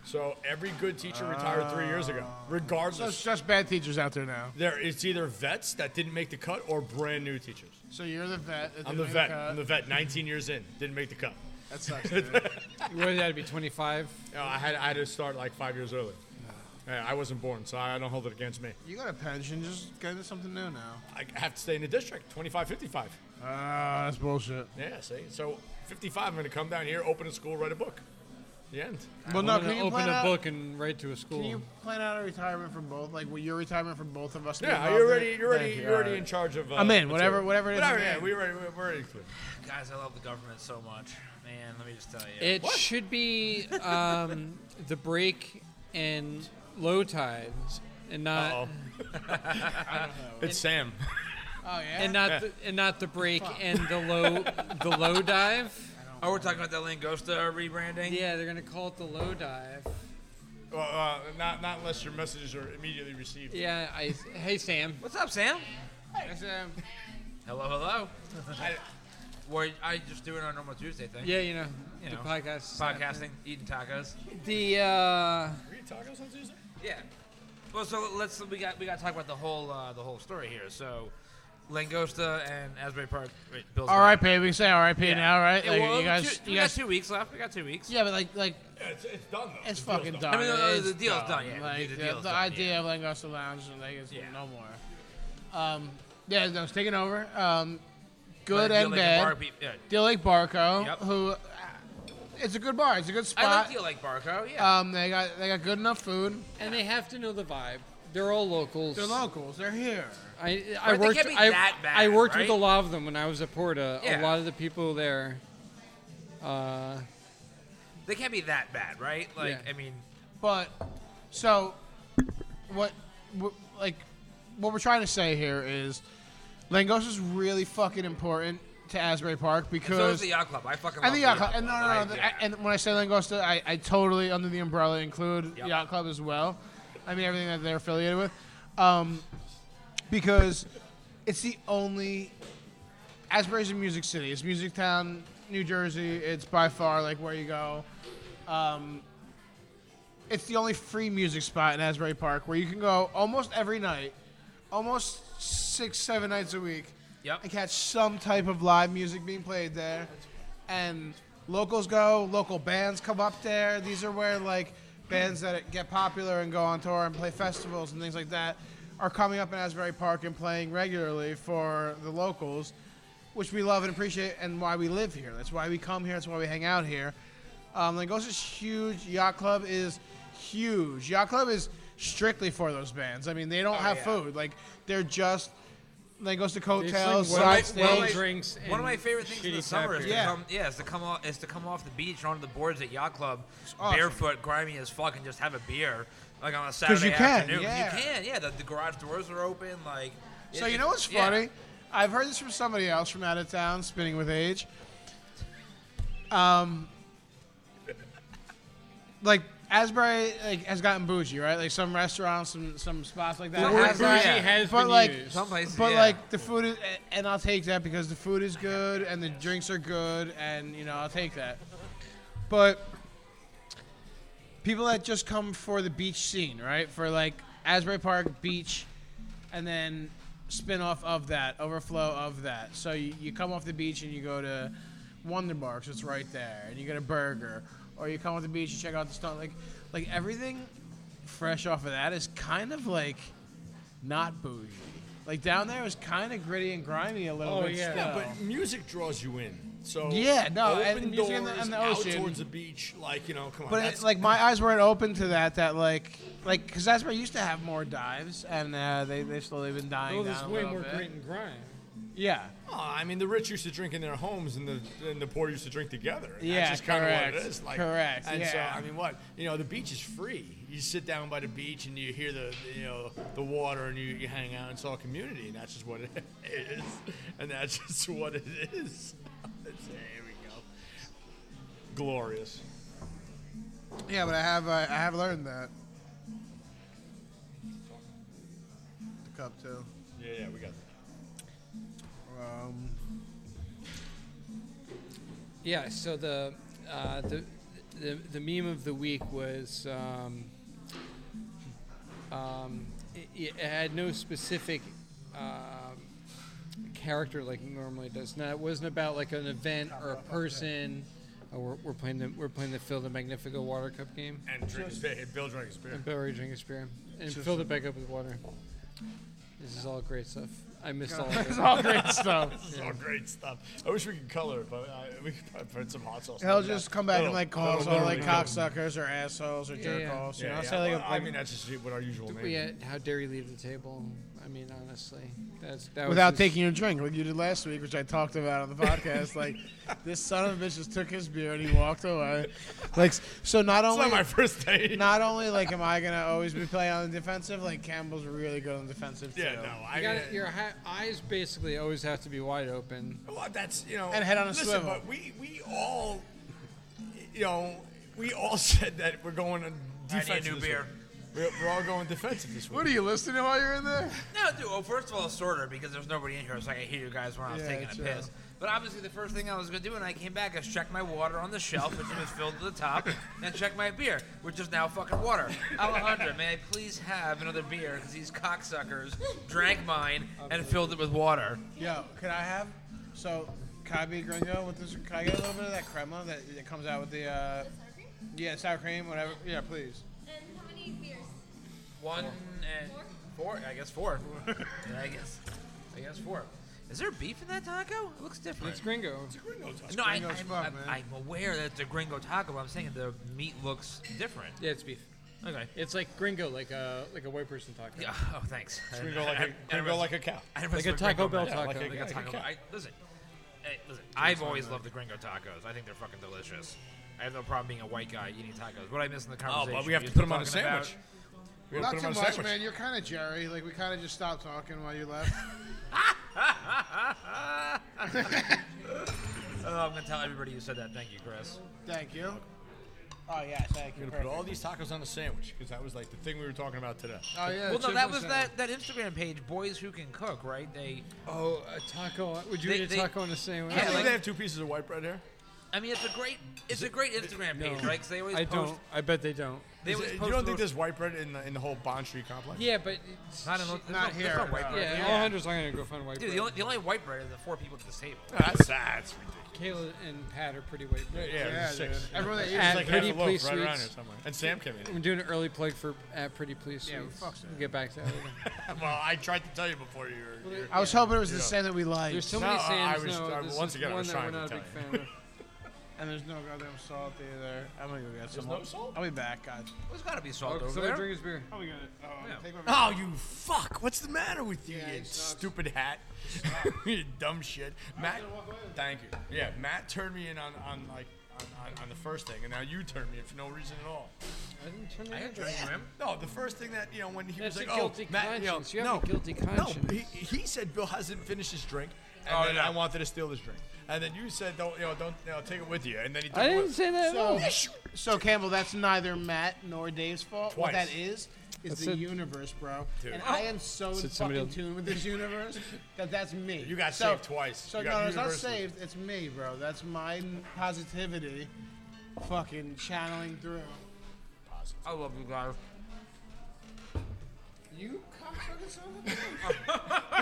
So every good teacher retired three years ago, Oh. so it's regardless. just bad teachers out there now. there, it's either vets that didn't make the cut or brand new teachers. So you're the vet. that I'm didn't the make vet. cut. I'm the vet. 19 years in, didn't make the cut. [laughs] that sucks. dude. What did that be? Twenty-five. No, I had I had to start like five years early. Yeah, I wasn't born, so I don't hold it against me. you got a pension. Just go into something new now. I have to stay in the district. 25, 55. Ah, that's bullshit. Yeah, see. So 55, I'm gonna come down here, open a school, write a book. The end. Well, no, I'm can gonna you open plan a out? book and write to a Can school. you plan out a retirement for both? Like, will your retirement for both of us? be Yeah, involved you're in already it? you're already Thank you, you're already alright. in charge of. Uh, I'm in, whatever- material. whatever it is, Whatever, I'm yeah, in. we already we're already clear. Guys, I love the government so much. Man, let me just tell you. It should be um, the break and low tides, and Uh, not Uh-oh. [laughs] It's Sam. Oh yeah. and not the, and not the break and the low the [laughs] low dive. oh, we're talking about that Langosta rebranding. Yeah, they're gonna call it the low dive. Well, uh, not not unless your messages are immediately received. Yeah, I hey Sam. What's up, Sam? That's, um, Hello, hello. I, [laughs] we're I just doing our normal Tuesday thing. Yeah, you know, You the know, podcast. Podcasting, eating tacos. The uh, Are you tacos on Tuesday? Yeah. Well, so let's we got we got to talk about the whole uh, the whole story here. So, Langosta and Asbury Park. Wait, Bill's all right, baby. We say all right, Yeah. now, right? Yeah, Like, well, you guys, two, you we guys. got two weeks left. We got two weeks. Yeah, but like, like Yeah, it's, it's done though. it's The deal's fucking done. done. I mean, no, It's the deal's done, yeah. Like The the, deal's the done, idea yeah. of like us lounge, like it's Yeah. no more. Um, yeah, no, it's taken over. Um, good But I feel and like the bar bad. peop- yeah. Deal like Barco, Yep. who uh, it's a good bar. It's a good I spot. like you like Barco. Yeah. um, they got they got good enough food. and they have to know the vibe. They're all locals. They're locals. They're here. I, I Right, they worked. can't be I, that bad, I worked right? with a lot of them when I was at Porta. Yeah. A lot of the people there. Uh, they can't be that bad, right? Like, Yeah. I mean, But so what, what like what we're trying to say here is Langosta is really fucking important to Asbury Park so is because the yacht club. I fucking. I love think the yacht club. And no, Club, no, no. right? the- Yeah. I- and when I say Langosta, I, I totally under the umbrella include Yep. yacht club as well. I mean everything that they're affiliated with, um, because it's the only Asbury's a music city. It's music town, New Jersey. It's by far like where you go. Um, it's the only free music spot in Asbury Park where you can go almost every night, almost six, seven nights a week, Yep. and catch some type of live music being played there. And locals go. Local bands come up there. These are where like bands that get popular and go on tour and play festivals and things like that are coming up in Asbury Park and playing regularly for the locals, which we love and appreciate and why we live here. That's why we come here. That's why we hang out here. Um, Langosta's huge. Yacht Club is huge. Yacht Club is strictly for those bands. I mean, they don't have yeah. food. Like they're just Langosta coattails, well- side stage. well drinks One of and my favorite things in the shitty summer is to beer. Yeah. come, yeah, is to come off, is to come off the beach or onto the boards at yacht club, awesome. barefoot, grimy as fuck, and just have a beer like on a Saturday you can, afternoon. 'Cause yeah. You can, yeah. The, the garage doors are open, like. So it- you know what's yeah. funny? I've heard this from somebody else from out of town, spinning with age. Um, like Asbury like has gotten bougie, right? Like some restaurants, some some spots like that. Word have bougie that. yeah. has But been like- used. Some places, But yeah. like the food is, a- and I'll take that because the food is good and the drinks are good, and you know I'll take that. But people that just come for the beach scene, right? For like Asbury Park beach, and then spin off of that, overflow of that. So you, you come off the beach and you go to Wonder Bar, 'cause it's right there, and you get a burger, or you come off the beach and check out the stone. Like, like everything fresh off of that is kind of like not bougie. Like down there is kind of gritty and grimy a little Oh, bit. yeah. still. Yeah, but music draws you in. So Yeah, no, open and doors, music in the- in the out ocean. towards the beach, like you know, come on. But it, that's- like my eyes weren't open to that. That like like because that's where I used to have more dives, and uh, they they've slowly been dying Oh, down there's a way little more bit. grit and grime. Yeah, Oh, I mean, the rich used to drink in their homes, and the and the poor used to drink together. And Yeah, that's just kind of what correct, it is. Like, correct, And yeah. so, I mean, what you know, the beach is free. You sit down by the beach and you hear the you know the water, and you, you hang out. It's all community, and that's just what it [laughs] is, and that's just what it is. [laughs] It's- there we go. Glorious. yeah. But I have uh, I have learned that. The cup too. Yeah, yeah, we got. That. Um, Yeah. So the uh, the, the the meme of the week was um, um, it, it had no specific um, character like it normally does. Now it wasn't about like an event or a person. Oh, we're, we're playing the we're playing the Phil the Magnifico Water Cup game. And drink his beer. Bill drank his beer. And Bill already drank his beer and filled it back up with water. This is all great stuff. I missed all [laughs] of it. all great [laughs] stuff. This is all great stuff. I wish we could color it, but uh, we could probably put some hot sauce. They'll on that. just come back and Little- like call us little- all like little- cocksuckers or assholes or Yeah, yeah. jerk offs. You Yeah, know, yeah. say like, Well, a- I mean, that's just what our usual name. But yeah, how dare you leave the table? I mean, honestly, that's that was without just- taking your drink, like you did last week, which I talked about on the podcast. like [laughs] this son of a bitch just took his beer and he walked away. Like so, not It's only not my [laughs] first day. not only like am I gonna always be playing on the defensive, like Campbell's really good on the defensive too. yeah, no. I You gotta, mean, your ha- eyes basically always have to be wide open. well, that's you know. And head on a listen, swivel. But we we all, you know, we all [laughs] said that we're going to I defensive. need a new this beer. week. We're, we're all going defensive this week. What are you listening to while you're in there? No, dude. Well, first of all, sort of because there's nobody in here, so I could hear you guys when I was Yeah, taking a true. piss. But obviously, the first thing I was gonna do when I came back is check my water on the shelf, which was filled to the top, and check my beer, which is now fucking water. Alejandro, may I please have another beer? Because these cocksuckers drank mine and filled it with water. Yo, could I have so can I be gringo with this? Can I get a little bit of that crema that, that comes out with the uh, sour cream? yeah sour cream, whatever? Yeah, please. And how many beers? One and four. I guess four. Yeah, I guess. I guess four. Is there beef in that taco? It looks different. It's gringo. no, I, gringo as I'm, fuck, I'm, man. I'm aware that it's a gringo taco. But I'm saying the meat looks different. Yeah, it's beef. Okay. It's like gringo, like a like a white person taco. Yeah. Oh, thanks. We go like a, we go like a cow. I Like a Taco Bell taco. like Like a Yeah, taco. yeah. I, listen, hey, listen. I've always loved the gringo tacos. I think they're fucking delicious. I have no problem being a white guy eating tacos. What I miss in the Oh, conversation? but we have you to put them on a talking about- sandwich. We have to Not put too them on a much, sandwich. man. You're kind of Jerry. Like we kind of just stopped talking while you left. [laughs] Oh, I'm gonna tell everybody you said that. Thank you, Chris. Thank you. Oh yeah, thank you. We're gonna put all these tacos on a sandwich because that was like the thing we were talking about today. Oh yeah. Well, no, chicken that was sandwich. that, that Instagram page, Boys Who Can Cook, right? They Oh, a taco. Would you They- eat a they- taco on a sandwich? I Yeah, think like- they have two pieces of white bread here. I mean, it's a great, it's a great Instagram page, right? 'Cause they always I post. don't. I bet they don't. They Is always it- post you don't think those- there's white bread in the, in the whole Bond Street complex? Yeah, but it's, Not, in, there's not no, there's here, No white no. bread. yeah, all hundreds are gonna go find white Dude, bread. the only, the only white bread is the four people at this table. That's, that's ridiculous. Kayla and Pat are pretty white bread. Yeah, Yeah, there's six. dude. Everyone that At uses like Pretty half a loaf Please right around here Sweets. somewhere. And Sam came in. I'm doing an early plug for at Pretty Please Yeah, Sweets. fuck that. We'll get back to that. [laughs] later. well, I tried to tell you before you were. you were- I was hoping it was the Yeah. same that we liked. There's so No, many I- Sam's. I was- no, I- this once is again, I one was that trying we're to not a big tell fan of. and there's no goddamn salt either. I'm gonna go get some. no salt? I'll be back, guys. There's got to be Oh, salt can over someone there. drink his beer. Oh, we got it. Oh, Yeah. take my Oh, you fuck! What's the matter with you, Yeah, you he sucks. stupid hat? [laughs] you dumb shit. Matt, gonna walk away with it. thank you. Yeah, Matt turned me in on, on like on, on, on the first thing, and now you turned me in for no reason at all. I didn't turn I it didn't into drink that. him. No, the first thing that you know when he That's was like, a guilty "Oh, Matt, you know, conscience. You have no, a guilty conscience. No, he, he said Bill hasn't finished his drink, and Oh, then yeah. I wanted to steal his drink, and then you said, "Don't, you know, don't, you know, take it with you," and then he took I it didn't with. say that. at all. So Campbell, that's neither Matt nor Dave's fault. What Twice. that is is That's the it. universe, bro. And I am so in Said fucking somebody else. tune with this [laughs] universe that that's me. You got so, saved twice. So You no, got it's not universally- saved. It's me, bro. That's my positivity, fucking channeling through. I love you guys. You cocksucking son of a bitch.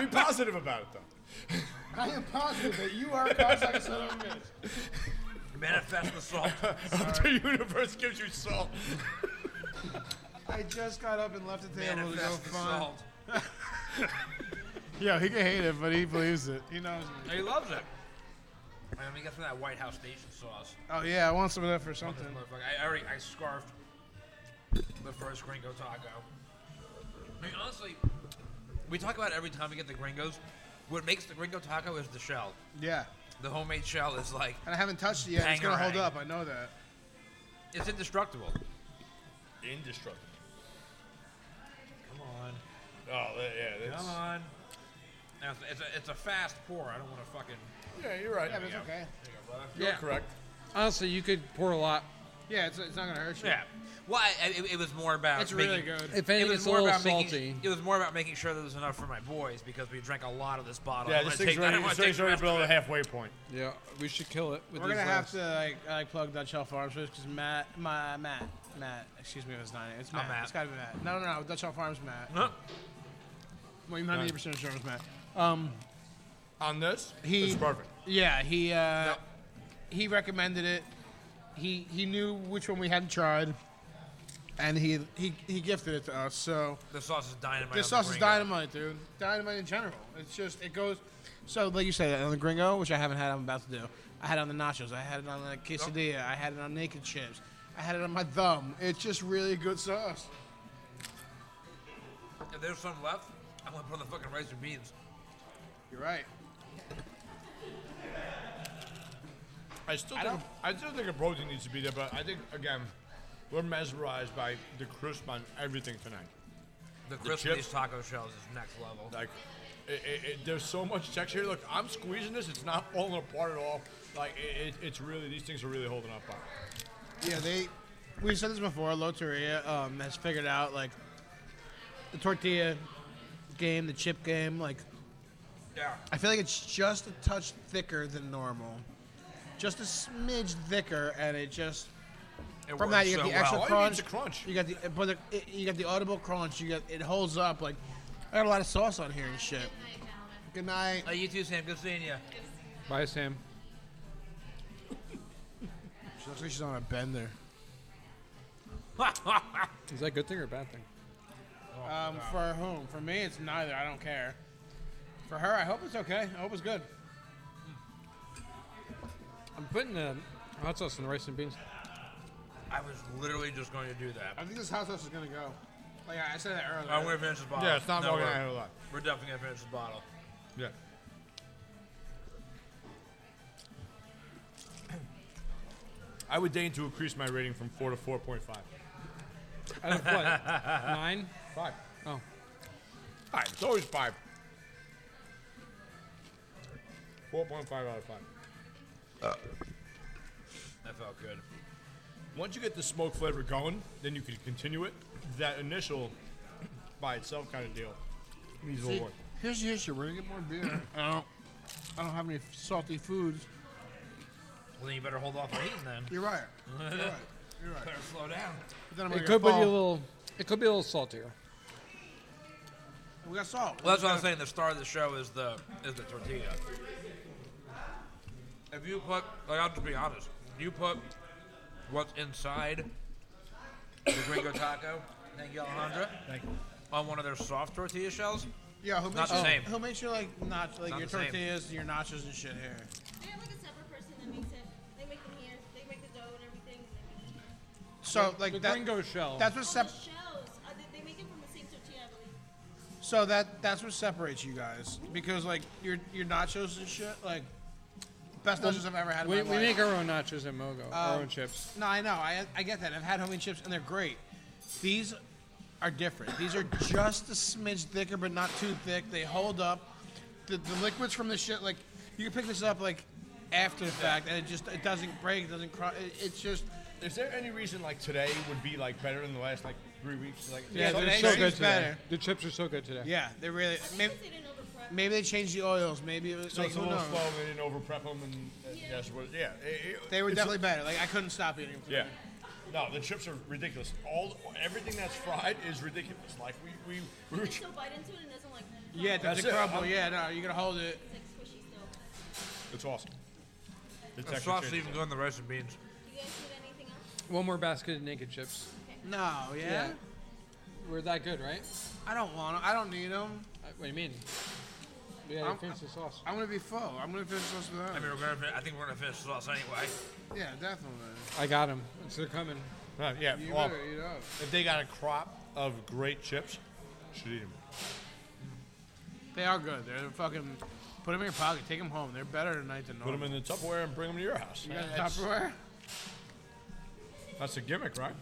[laughs] Be positive about it, though. I am positive that you are a [laughs] cocksucking son of a bitch. Manifest the salt. the universe gives you salt. I just got up and left the table to go Manifest the find. salt. Yeah, he can hate it, but he believes it. He knows me. He loves it. I'm gonna get some of that White House station sauce. Oh yeah, I want some of that for on this something. motherfucker. I already I scarfed the first Gringo taco. I mean, honestly, we talk about it every time we get the Gringos. What makes the Gringo taco is the shell. Yeah, The homemade shell is like and I haven't touched it yet. It's gonna hold Bangarang. up. I know that. it's indestructible. Indestructible. Come on, Oh, that- yeah, that's. come on. Now, it's- It's a, it's a fast pour. I don't want to fucking. Yeah, you're right. Yeah, but it's okay. There you go, brother. You're Yeah. correct. Honestly, you could pour a lot. Yeah, it's, it's not gonna hurt you. Yeah. Well, I, I- it, it was more about. It's really making- good. If anything, it's It was a more little about salty. making. It was more about making sure there was enough for my boys because we drank a lot of this bottle. I Yeah, don't this wanna thing's take- I already, don't wanna this take thing's the already rest of below it. the halfway point. Yeah, we should kill it with We're these gonna have last. to like, like plug Dutch Hall Farms because Matt, my Matt, Matt. Excuse me, it was not. It's I'm Matt. Matt. It's gotta be Matt. No, no, no. Dutch Hall Farms, Matt. Huh? Well, you're 90 percent sure it was Matt. Um, On this, He- it's perfect. yeah, he uh, Yep. he recommended it. He he knew which one we hadn't tried, and he he he gifted it to us. So. The sauce is dynamite. This on the sauce is Gringo. dynamite, dude. Dynamite in general. It's just it goes. So like you said on the gringo, which I haven't had, I'm about to do. I had it on the nachos. I had it on the quesadilla. I had it on naked chips. I had it on my thumb. It's just really good sauce. If there's some left, I'm gonna put on the fucking rice and beans. You're right. I still think I, still think a protein needs to be there, but I think again, we're mesmerized by the crisp on everything tonight. The crisp of chips? these taco shells is next level. Like, it, it, it- there's so much texture. Look, I'm squeezing this; it's not falling apart at all. Like, it, it, it's really these things are really holding up. By. Yeah, they. We said this before. Loteria um, has figured out like the tortilla game, the chip game. Like Yeah. I feel like it's just a touch thicker than normal, just a smidge thicker, and it just It works From that, you get so the extra All well. you need crunch. is a crunch. You got the but the, it, you got the audible crunch. You got it holds up. Like I got a lot of sauce on here and shit. Good night. Hey, you too, Sam. Good seeing you. Bye, Sam. She looks like she's on a bender. Is that a good thing or a bad thing? Um, for whom? For me, it's neither. I don't care. For her, I hope it's okay. I hope it's good. I'm putting the hot sauce in the rice and beans. [laughs] I was literally just going to do that. I think this hot sauce is gonna go. Like Oh, I said that earlier. I'm gonna finish this bottle. Yeah, it's not no, going we're, out a lot. we're definitely gonna finish this bottle. Yeah. I would deign to increase my rating from four to four point five. Out of [laughs] what? Nine? Five. Oh. Five. It's always five. Four point five out of five. That felt good. Once you get the smoke flavor going, then you can continue it. That initial [coughs] by itself kind of deal needs a little work. Here's [coughs] the issue. We're gonna get more beer. I don't. I don't have any salty foods. Well, then you better hold off on eating then. You're [laughs] right. You're right. You're right. Better slow down. But then I'm It gonna could be go, a "Oh, little. It could be a little saltier. We got salt. Well, that's what I'm saying. The star of the show is the is the tortilla. If you put, like, I'll just be honest. If you put what's inside the [coughs] gringo taco, thank you, Alejandra, Thank you. on one of their soft tortilla shells. Yeah, who Not makes the you, same. Who makes you like not like Not your the same. tortillas, and your nachos and shit here? I have like a separate person that makes it. They make them here. They make the dough and everything. So The like that. gringo shell. That's what All sep- the shells, uh, they, they make it from the same tortilla, I believe. So that that's what separates you guys because like your your nachos and shit like best nachos I've ever had. In we, my we life. make our own nachos at Mogo. our Um, own chips. No, I know. I I get that. I've had homemade chips and they're great. These are different. These are just a smidge thicker, but not too thick. They hold up. The, the liquids from this shit, like you can pick this up like after the fact, and it just it doesn't break. It doesn't cry. It, it's just Is there any reason like today would be like better than the last like three weeks? Like Yeah, they're today's so is good today. better. The chips are so good today. yeah. They really maybe, Because they didn't overprep. maybe they changed the oils. Maybe it was so like, it's a who little knows? slow. They didn't over prep them, and uh, that's what. Yeah, it- it- They were it's- definitely better. Like I couldn't stop eating. them. Yeah. No, the chips are ridiculous. All everything that's fried is ridiculous. Like we we, we were They still bite into it and it doesn't like. Yeah, it That's doesn't it. crumble. Yeah, no, you're gonna hold it. It's like squishy still. Do It's awesome. The The texture sauce is changes. even good on the rice and beans. you guys need anything else? One more basket of naked chips. No, yeah. We're that good, right? I don't want them. I don't need them. Uh, What do you mean? We gotta I'm- finish the sauce. I'm gonna be full. I'm gonna finish this without. I mean, we're gonna. fin- I think we're gonna finish the sauce anyway. yeah, definitely. I got them. They're coming. Right, yeah. You well, better eat up. if they got a crop of great chips, should eat them. They are good. They're fucking. Put them in your pocket. Take them home. They're better tonight than Put normal. them in the Tupperware and bring them to your house. You got that's, the Tupperware? that's a gimmick, right?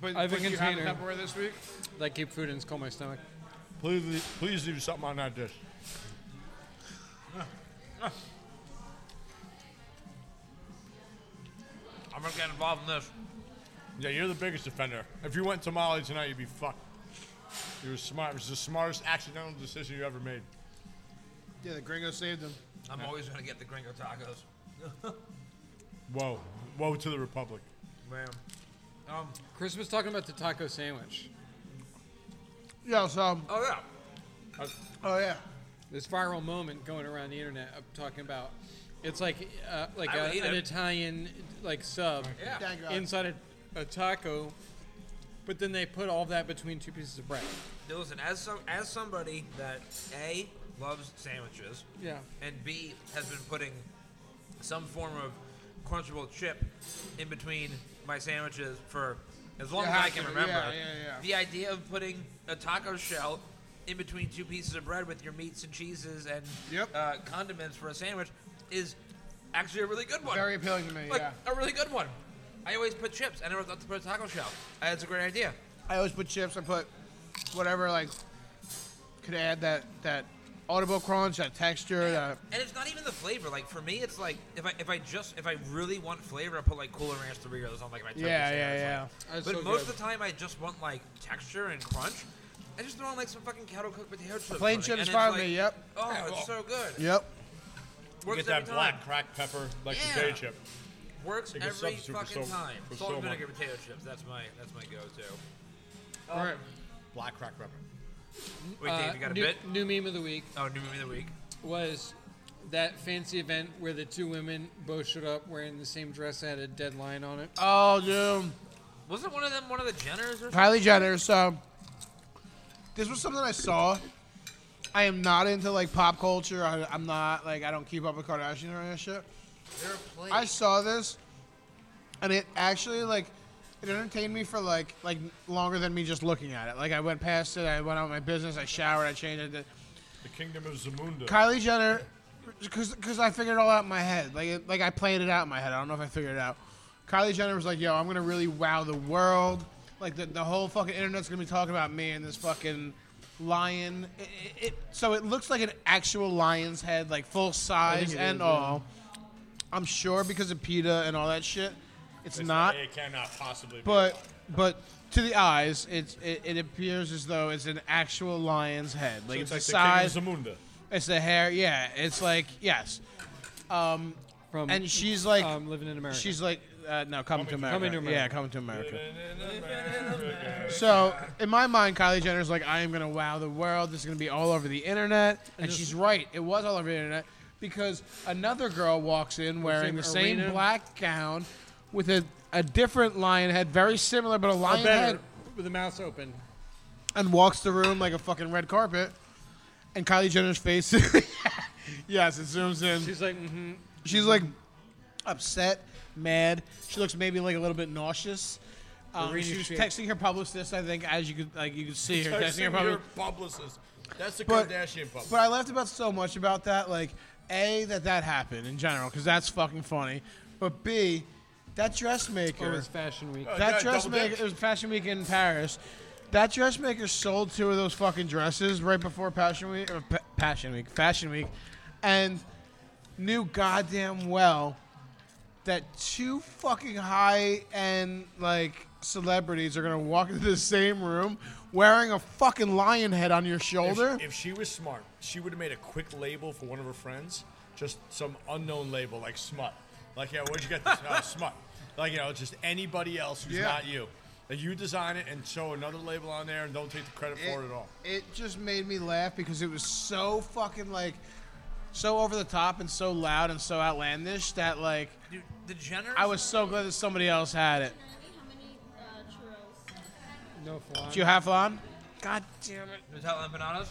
But, I have a but you have the container. Tupperware this week? That keep food in. It's cold my stomach. Please, leave- please leave something on that dish. I'm gonna get involved in this. Yeah, you're the biggest offender. If you went to Mali tonight, you'd be fucked. You were smart. It was the smartest accidental decision you ever made. Yeah, the gringo saved them. I'm always gonna get the gringo tacos. Whoa, woe to the republic. Man. Um. Chris was talking about the taco sandwich. Yeah, so. Oh yeah. Oh, yeah. This viral moment going around the internet of talking about. It's like uh, like I a, would eat an it. Italian like sub Yeah. Thank God. inside a, a taco, but then they put all that between two pieces of bread. Now, Listen, as some as somebody that a loves sandwiches, Yeah. and b has been putting some form of crunchable chip in between my sandwiches for as long You as I have can to, remember. yeah, yeah, yeah. The idea of putting a taco shell in between two pieces of bread with your meats and cheeses and Yep. uh, condiments for a sandwich is actually a really good one. Very appealing to me, like yeah. a really good one. I always put chips. I never thought to put a taco shell. Uh, That's a great idea. I always put chips. I put whatever, like, could add that, that audible crunch, that texture, that. And it's not even the flavor. Like for me, it's like if I if I just if I really want flavor, I put like Cool Ranch Doritos on like my turkey Yeah, sandwich, yeah, like. yeah. That's But so most good. of the time, I just want like texture and crunch. I just throw on like some fucking kettle cooked potato chips. Plain on it, shit and is it's fine with like, me, yep. Oh, it's so good. Yep. You Works get that every black time. cracked pepper like Yeah. potato chip. Works Like a every substitute for fucking so- time. for Salt so and much. vinegar potato chips. That's my that's my go-to. All right. Black cracked pepper. Wait, Uh, Dave, you got a new, bit? new meme of the week Oh, new movie of the week. was that fancy event where the two women both showed up wearing the same dress that had a dead line on it. Oh, dude. Wasn't one of them one of the Jenners or something? Kylie Jenner. So this was something I saw. I am not into like pop culture. I, I'm not like I don't keep up with Kardashian or any of that shit. They're a plate. I saw this, and it actually like it entertained me for like like longer than me just looking at it. Like I went past it. I went out my business. I showered. I changed. I did. The kingdom of Zamunda. Kylie Jenner, because I figured it all out in my head. Like it, like I planned it out in my head. I don't know if I figured it out. Kylie Jenner was like, "Yo, I'm gonna really wow the world. Like the, the whole fucking internet's gonna be talking about me and this fucking lion." It, it, it- so it looks like an actual lion's head, like full size it and is, all. I'm sure because of PETA and all that shit, it's It's- not. It cannot possibly. But but to the eyes, it's it, it appears as though it's an actual lion's head. be. Like So it's, it's the like size. the kingdom of Zamunda. It's the hair. Yeah. It's like yes. Um, from And she's like, um, living in America. she's like, uh, no, coming to America. Coming to America. Yeah, coming to America. so in my mind, Kylie Jenner's like, I am gonna wow the world. This is gonna be all over the internet, and she's right. It was all over the internet because another girl walks in wearing the same arena. black gown with a, a different lion head, very similar, but a Or lion better head, with the mouth open. and walks the room like a fucking red carpet. And Kylie Jenner's face, [laughs] yes, it zooms in. She's like, mm-hmm. She's like upset, mad. She looks maybe like a little bit nauseous. Um, Arena she was shit. texting her publicist, I think, as you could like you could see her texting her publicist. publicist. That's the But- Kardashian publicist. But I laughed about so much about that, like a that that happened in general because that's fucking funny. But b that dressmaker, It was Fashion Week. Oh, that yeah, double dressmaker, dips. it was Fashion Week in Paris. That dressmaker sold two of those fucking dresses right before Passion Week, or pa- Passion Week, Fashion Week, and knew goddamn well that two fucking high end like celebrities are gonna walk into the same room wearing a fucking lion head on your If- shoulder. If, she was smart, she would have made a quick label for one of her friends, just some unknown label like smut. Like, yeah, where'd you get this? oh, smut. Like, you know, just anybody else who's Yeah. not you. Like, you design it and show another label on there and don't take the credit for it at all. It just made me laugh because it was so fucking like so over the top and so loud and so outlandish that like Dude, the Jenner. I was so glad that somebody else had it. How many uh, churros? No fly. Do you have flan? God damn Nutella empanadas.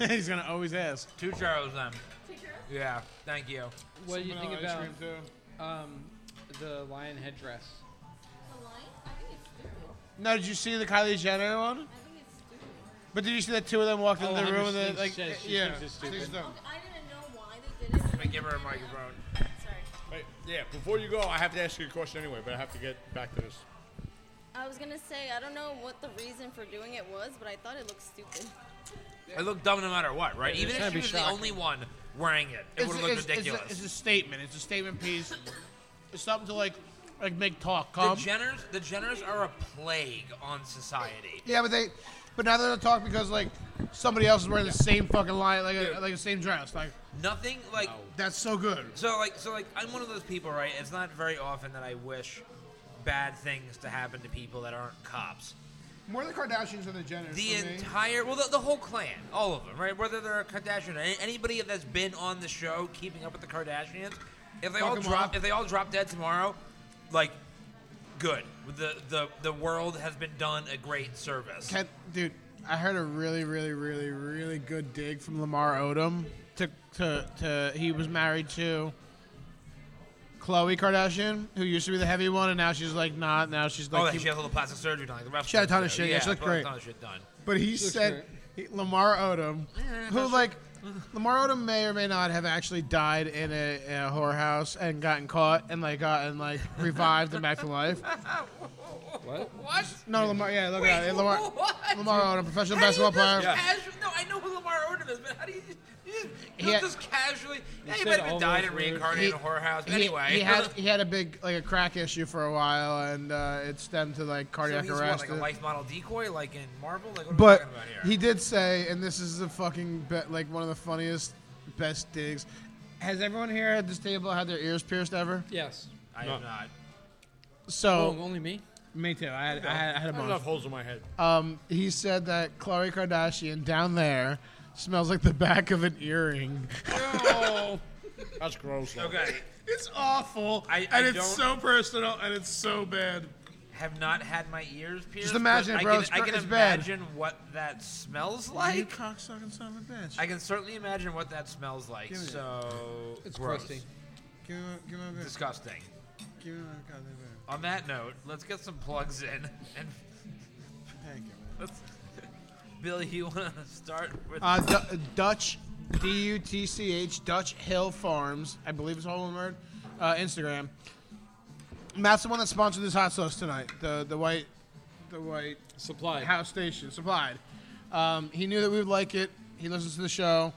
it. [laughs] He's gonna always ask. Two churros then. Two churros? Yeah. Thank you. what do you think about um, the lion head dress? A line? I think it's stupid. No, did you see the Kylie Jenner one? I think it's stupid. But did you see that two of them walked Oh, into the Hunter room and they thinks- like says she yeah. thinks it's stupid. thinks dumb. I didn't know why they did it. I give her a microphone. Sorry. Wait, yeah, before you go, I have to ask you a question anyway, but I have to get back to this. I was gonna say I don't know what the reason for doing it was, but I thought it looked stupid. It looked dumb no matter what, right? Even gotta if she be was the shocking. only one wearing it, it It's- would have it's- looked it's a- ridiculous. It's a statement. It's a statement piece. It's something to like like make talk. the Calm. Jenners, the Jenners are a plague on society. Yeah, but they, but now they're gonna talk because like somebody else is wearing the same fucking line, like a, like the same dress. Like Nothing like that's so good. So like so like I'm one of those people, right? It's not very often that I wish bad things to happen to people that aren't cops. More the Kardashians than the Jenners. The for me. entire well the, the whole clan, all of them, right? Whether they're a Kardashian, any, anybody that's been on the show keeping up with the Kardashians, if they Fuck all 'em drop up. if they all drop dead tomorrow, like good. The the the world has been done a great service. Ken, dude, I heard a really, really, really, really good dig from Lamar Odom. To, to, to he was married to Khloe Kardashian, who used to be the heavy one, and now she's like not. Now she's Oh, like. that keep- she has all the plastic surgery done. Like the rest She had a ton them of do. shit, yeah, she looked she had a great. ton of shit done. [laughs] But he said he- Lamar Odom, who like Lamar Odom may or may not have actually died in a, in a whorehouse and gotten caught and like gotten like revived and back [laughs] to life. What? What? No, Lamar. Yeah, look at Wait, it. Oh, Lamar, [laughs] what? Lamar Odom, professional How do you basketball player. just casu- no, I know who Lamar Odom is, but how do you just, you just, you He had- just casually? Yeah, he said might have all been died those and words. reincarnated in a whorehouse. anyway, he, [laughs] he had he had a big like a crack issue for a while, and uh, it stemmed to like so cardiac he's what, arrest. like a life model decoy, like in Marvel. Like what But are we talking about here? he did say, and this is the fucking be- like one of the funniest, best digs. Has everyone here at this table had their ears pierced ever? Yes. I am not. So Oh, only me. me too. I had, I had, I had a I have enough holes in my head. Um, he said that Khloe Kardashian down there smells like the back of an earring. That's gross. though. Okay, It's awful, I- I [laughs] and it's don't- so personal, and it's so bad. have not had my ears pierced. Just imagine but it, bro. I It's can, I gr- can it's bad. imagine what that smells you like. cocksucking son of a bitch. I can certainly imagine what that smells like. Give me that. so It's gross. crusty. give me, a- give me a bit. disgusting. Give me a goddamn bit. On that note, let's get some plugs in. And Thank you, man. let's, [laughs] Billy, you want to start with? Uh, D- Dutch, D U T C H, Dutch Hill Farms, I believe it's all one word, uh, Instagram. Matt's the one that sponsored this hot sauce tonight. The the white, the white Supply. house station supplied. Um, he knew that we would like it. He listens to the show.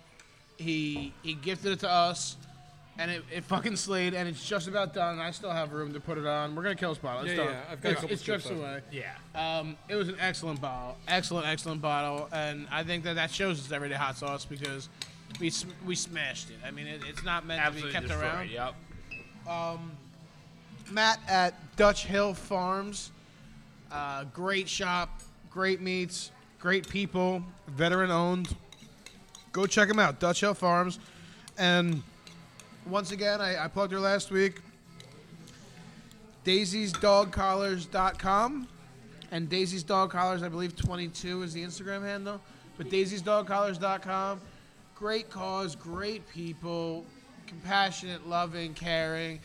He he gifted it to us, and it, it fucking slayed. And it's just about done. And I still have room to put it on. We're gonna kill this bottle. It's Yeah, done. yeah, I've got a It's- couple It strips strips away. yeah. Um, it was an excellent bottle, excellent, excellent bottle, and I think that that shows us everyday hot sauce because we sm- we smashed it. I mean, it, it's not meant Absolutely to be kept around. Yep. Matt at Dutch Hill Farms. Uh, great shop, great meats, great people, veteran owned. Go check them out, Dutch Hill Farms. And once again, I, I plugged her last week. Daisy'sDogCollars.com and Daisy's Dog Collars, I believe 22 is the Instagram handle. But Daisy'sDogCollars.com, great cause, great people, compassionate, loving, caring,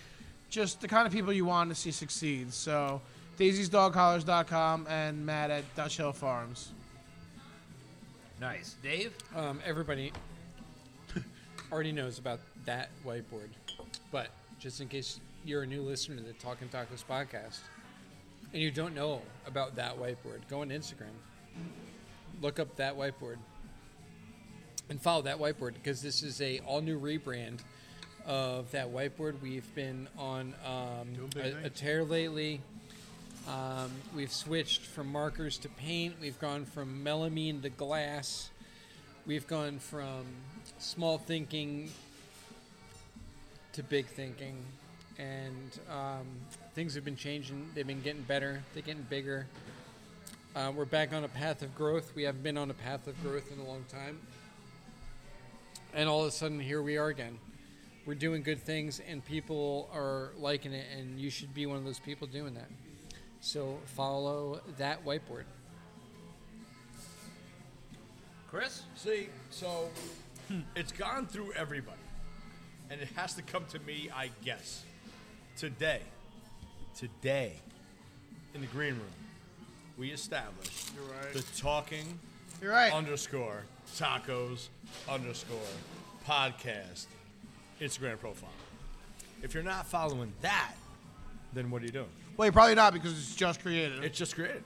just the kind of people you want to see succeed. So Daisy'sDogCollars.com and Matt at Dutch Hill Farms. Nice, Dave. Um, everybody already knows about that whiteboard, but just in case you're a new listener to the Talking Tacos podcast and you don't know about that whiteboard, go on Instagram, look up that whiteboard, and follow that whiteboard because this is a all new rebrand of that whiteboard. We've been on um, a, a tear lately. Um, we've switched from markers to paint. We've gone from melamine to glass. We've gone from small thinking to big thinking. And um, things have been changing. They've been getting better. They're getting bigger. Uh, we're back on a path of growth. We haven't been on a path of growth in a long time. And all of a sudden, here we are again. We're doing good things, and people are liking it, and you should be one of those people doing that. So follow that whiteboard. Chris. See, so it's gone through everybody, and it has to come to me, I guess. Today, today, in the green room, we established the talking You're right. underscore tacos underscore podcast Instagram profile. If you're not following that, then what are you doing? well, you're probably not because it's just created. It's just created.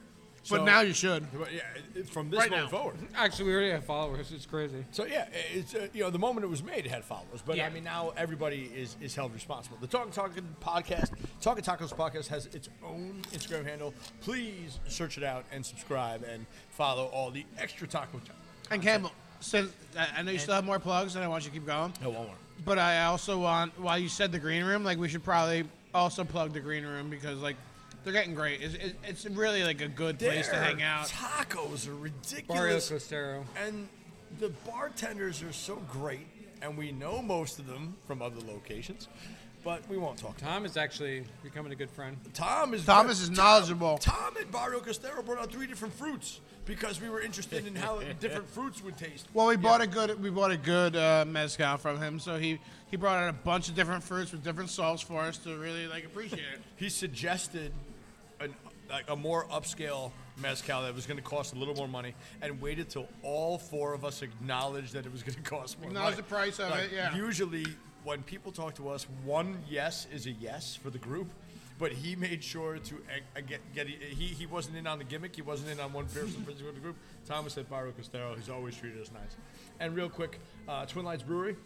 but So- now you should. yeah, from this Right moment now. forward. Actually, we already have followers. It's crazy. So yeah, it's uh, you know the moment it was made it had followers, but Yeah. I mean now everybody is is held responsible. The Talking Talking podcast, Talking Tacos podcast has its own Instagram handle. Please search it out and subscribe and follow all the extra taco. Ta- And Campbell, since I I know you still have more plugs, and I want you to keep going. no, one more. But I also want, while you said the green room, like we should probably also plug the green room because like they're getting great. It's, it- it's really like a good place to Their hang out. Tacos are Barrio ridiculous, Costero. and the bartenders are so great, and we know most of them from other locations, but we won't talk. To Tom is actually becoming a good friend. Tom is Thomas is knowledgeable. Tom and Barrio Costero brought out three different fruits because we were interested in how different fruits would taste. Well, we bought a good we bought a good uh, mezcal from him, so he he brought out a bunch of different fruits with different salts for us to really like appreciate it. He suggested an, like a more upscale mezcal that was going to cost a little more money, and waited till all four of us acknowledged that it was going to [laughs] cost more. Acknowledge money. the price of Like, it, yeah. Usually, when people talk to us, one yes is a yes for the group. But he made sure to uh, get, get he, he wasn't in on the gimmick. He wasn't in on one person for the group. Thomas at Barrio Costero, he's always treated us nice. And real quick, uh, Twin Lights Brewery,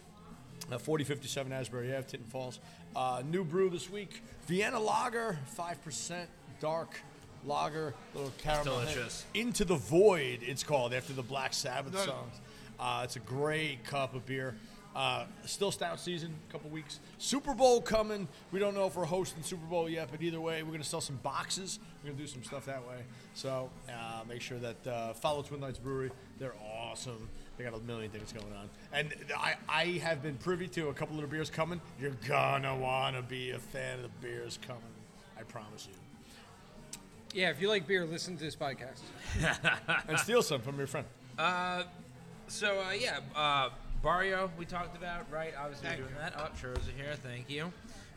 Uh, 4057 Asbury Ave, Tinton Falls. Uh, new brew this week Vienna Lager, 5% dark lager, little caramel. hit. delicious. Into the Void, it's called, after the Black Sabbath Nice. songs. Uh, it's a great cup of beer. Uh, still stout season, couple weeks. Super Bowl coming. We don't know if we're hosting Super Bowl yet, but either way, we're going to sell some boxes. We're going to do some stuff that way. So uh, make sure that uh, follow Twin Lights Brewery. They're awesome. They got a million things going on. And I, I have been privy to a couple of the beers coming. You're going to want to be a fan of the beers coming. I promise you. Yeah, if you like beer, listen to this podcast. And steal some from your friend. So uh, yeah, uh, Barrio we talked about, right? Obviously we're doing that. Oh, sure is here. Thank you.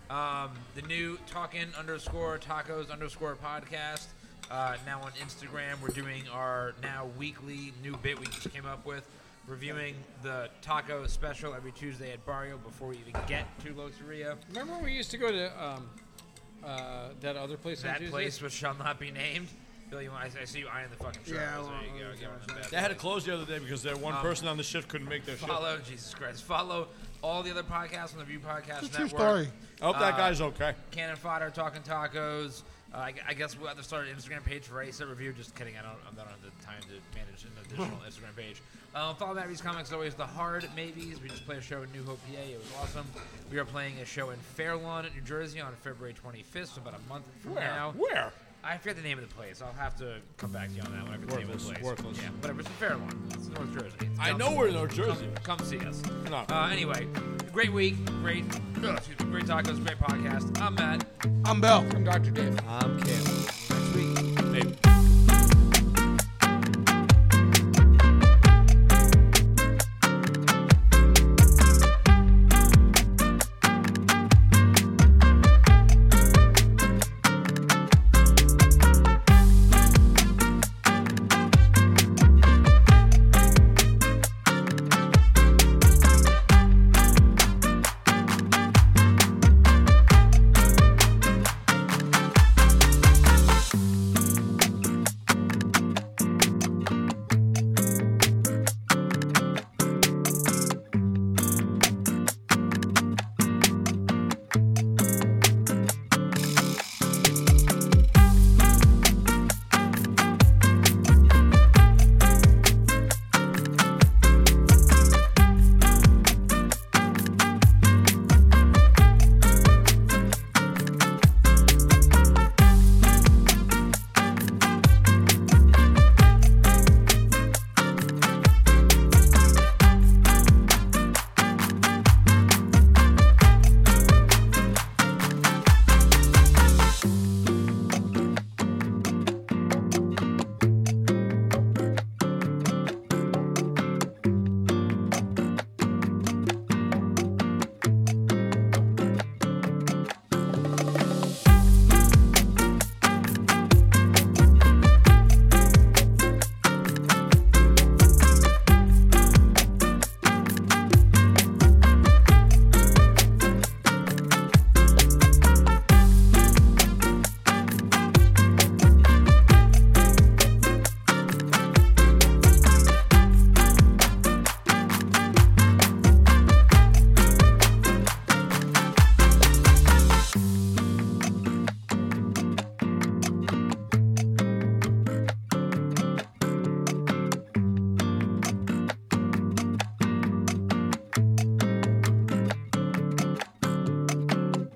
Um, the new Talkin' underscore Tacos underscore podcast. Uh, now on Instagram, we're doing our now weekly new bit we just came up with, reviewing the taco special every Tuesday at Barrio before we even get to Loteria. Remember when we used to go to um, uh, that other place? on That Tuesdays? place which shall not be named. Billy, I, I see you eyeing the fucking show. Yeah, I there want you go. one of Get one of them bad They had to boys. close the other day because their one person on the shift couldn't make their shift. Follow Jesus Christ. Follow all the other podcasts on the View Podcast It's a true Network. Uh, story. I hope that guy's okay. Cannon Fodder, Talking Tacos, Uh, I, I guess we'll have to start an Instagram page for Ready Set Review. Just kidding. I don't. I don't have the time to manage an additional Instagram page. Uh, follow Matt Reed's comics. as Always the hard maybes. We just played a show in New Hope, PA. It was awesome. We are playing a show in Fairlawn, New Jersey, on February 25th, so about a month from now. Where? I forget the name of the place. I'll have to come back to you on that one. I forget the name of the Worthless, place. worthless. Yeah, whatever. It's in Fairlawn. It's in North Jersey. It's I down know south. we're in North Jersey. Come, come see us. No. Uh, anyway, great week, great, [clears throat] ugh, excuse me, great tacos, great podcast. I'm Matt. I'm Bill. I'm Dr. Dave. I'm Kim.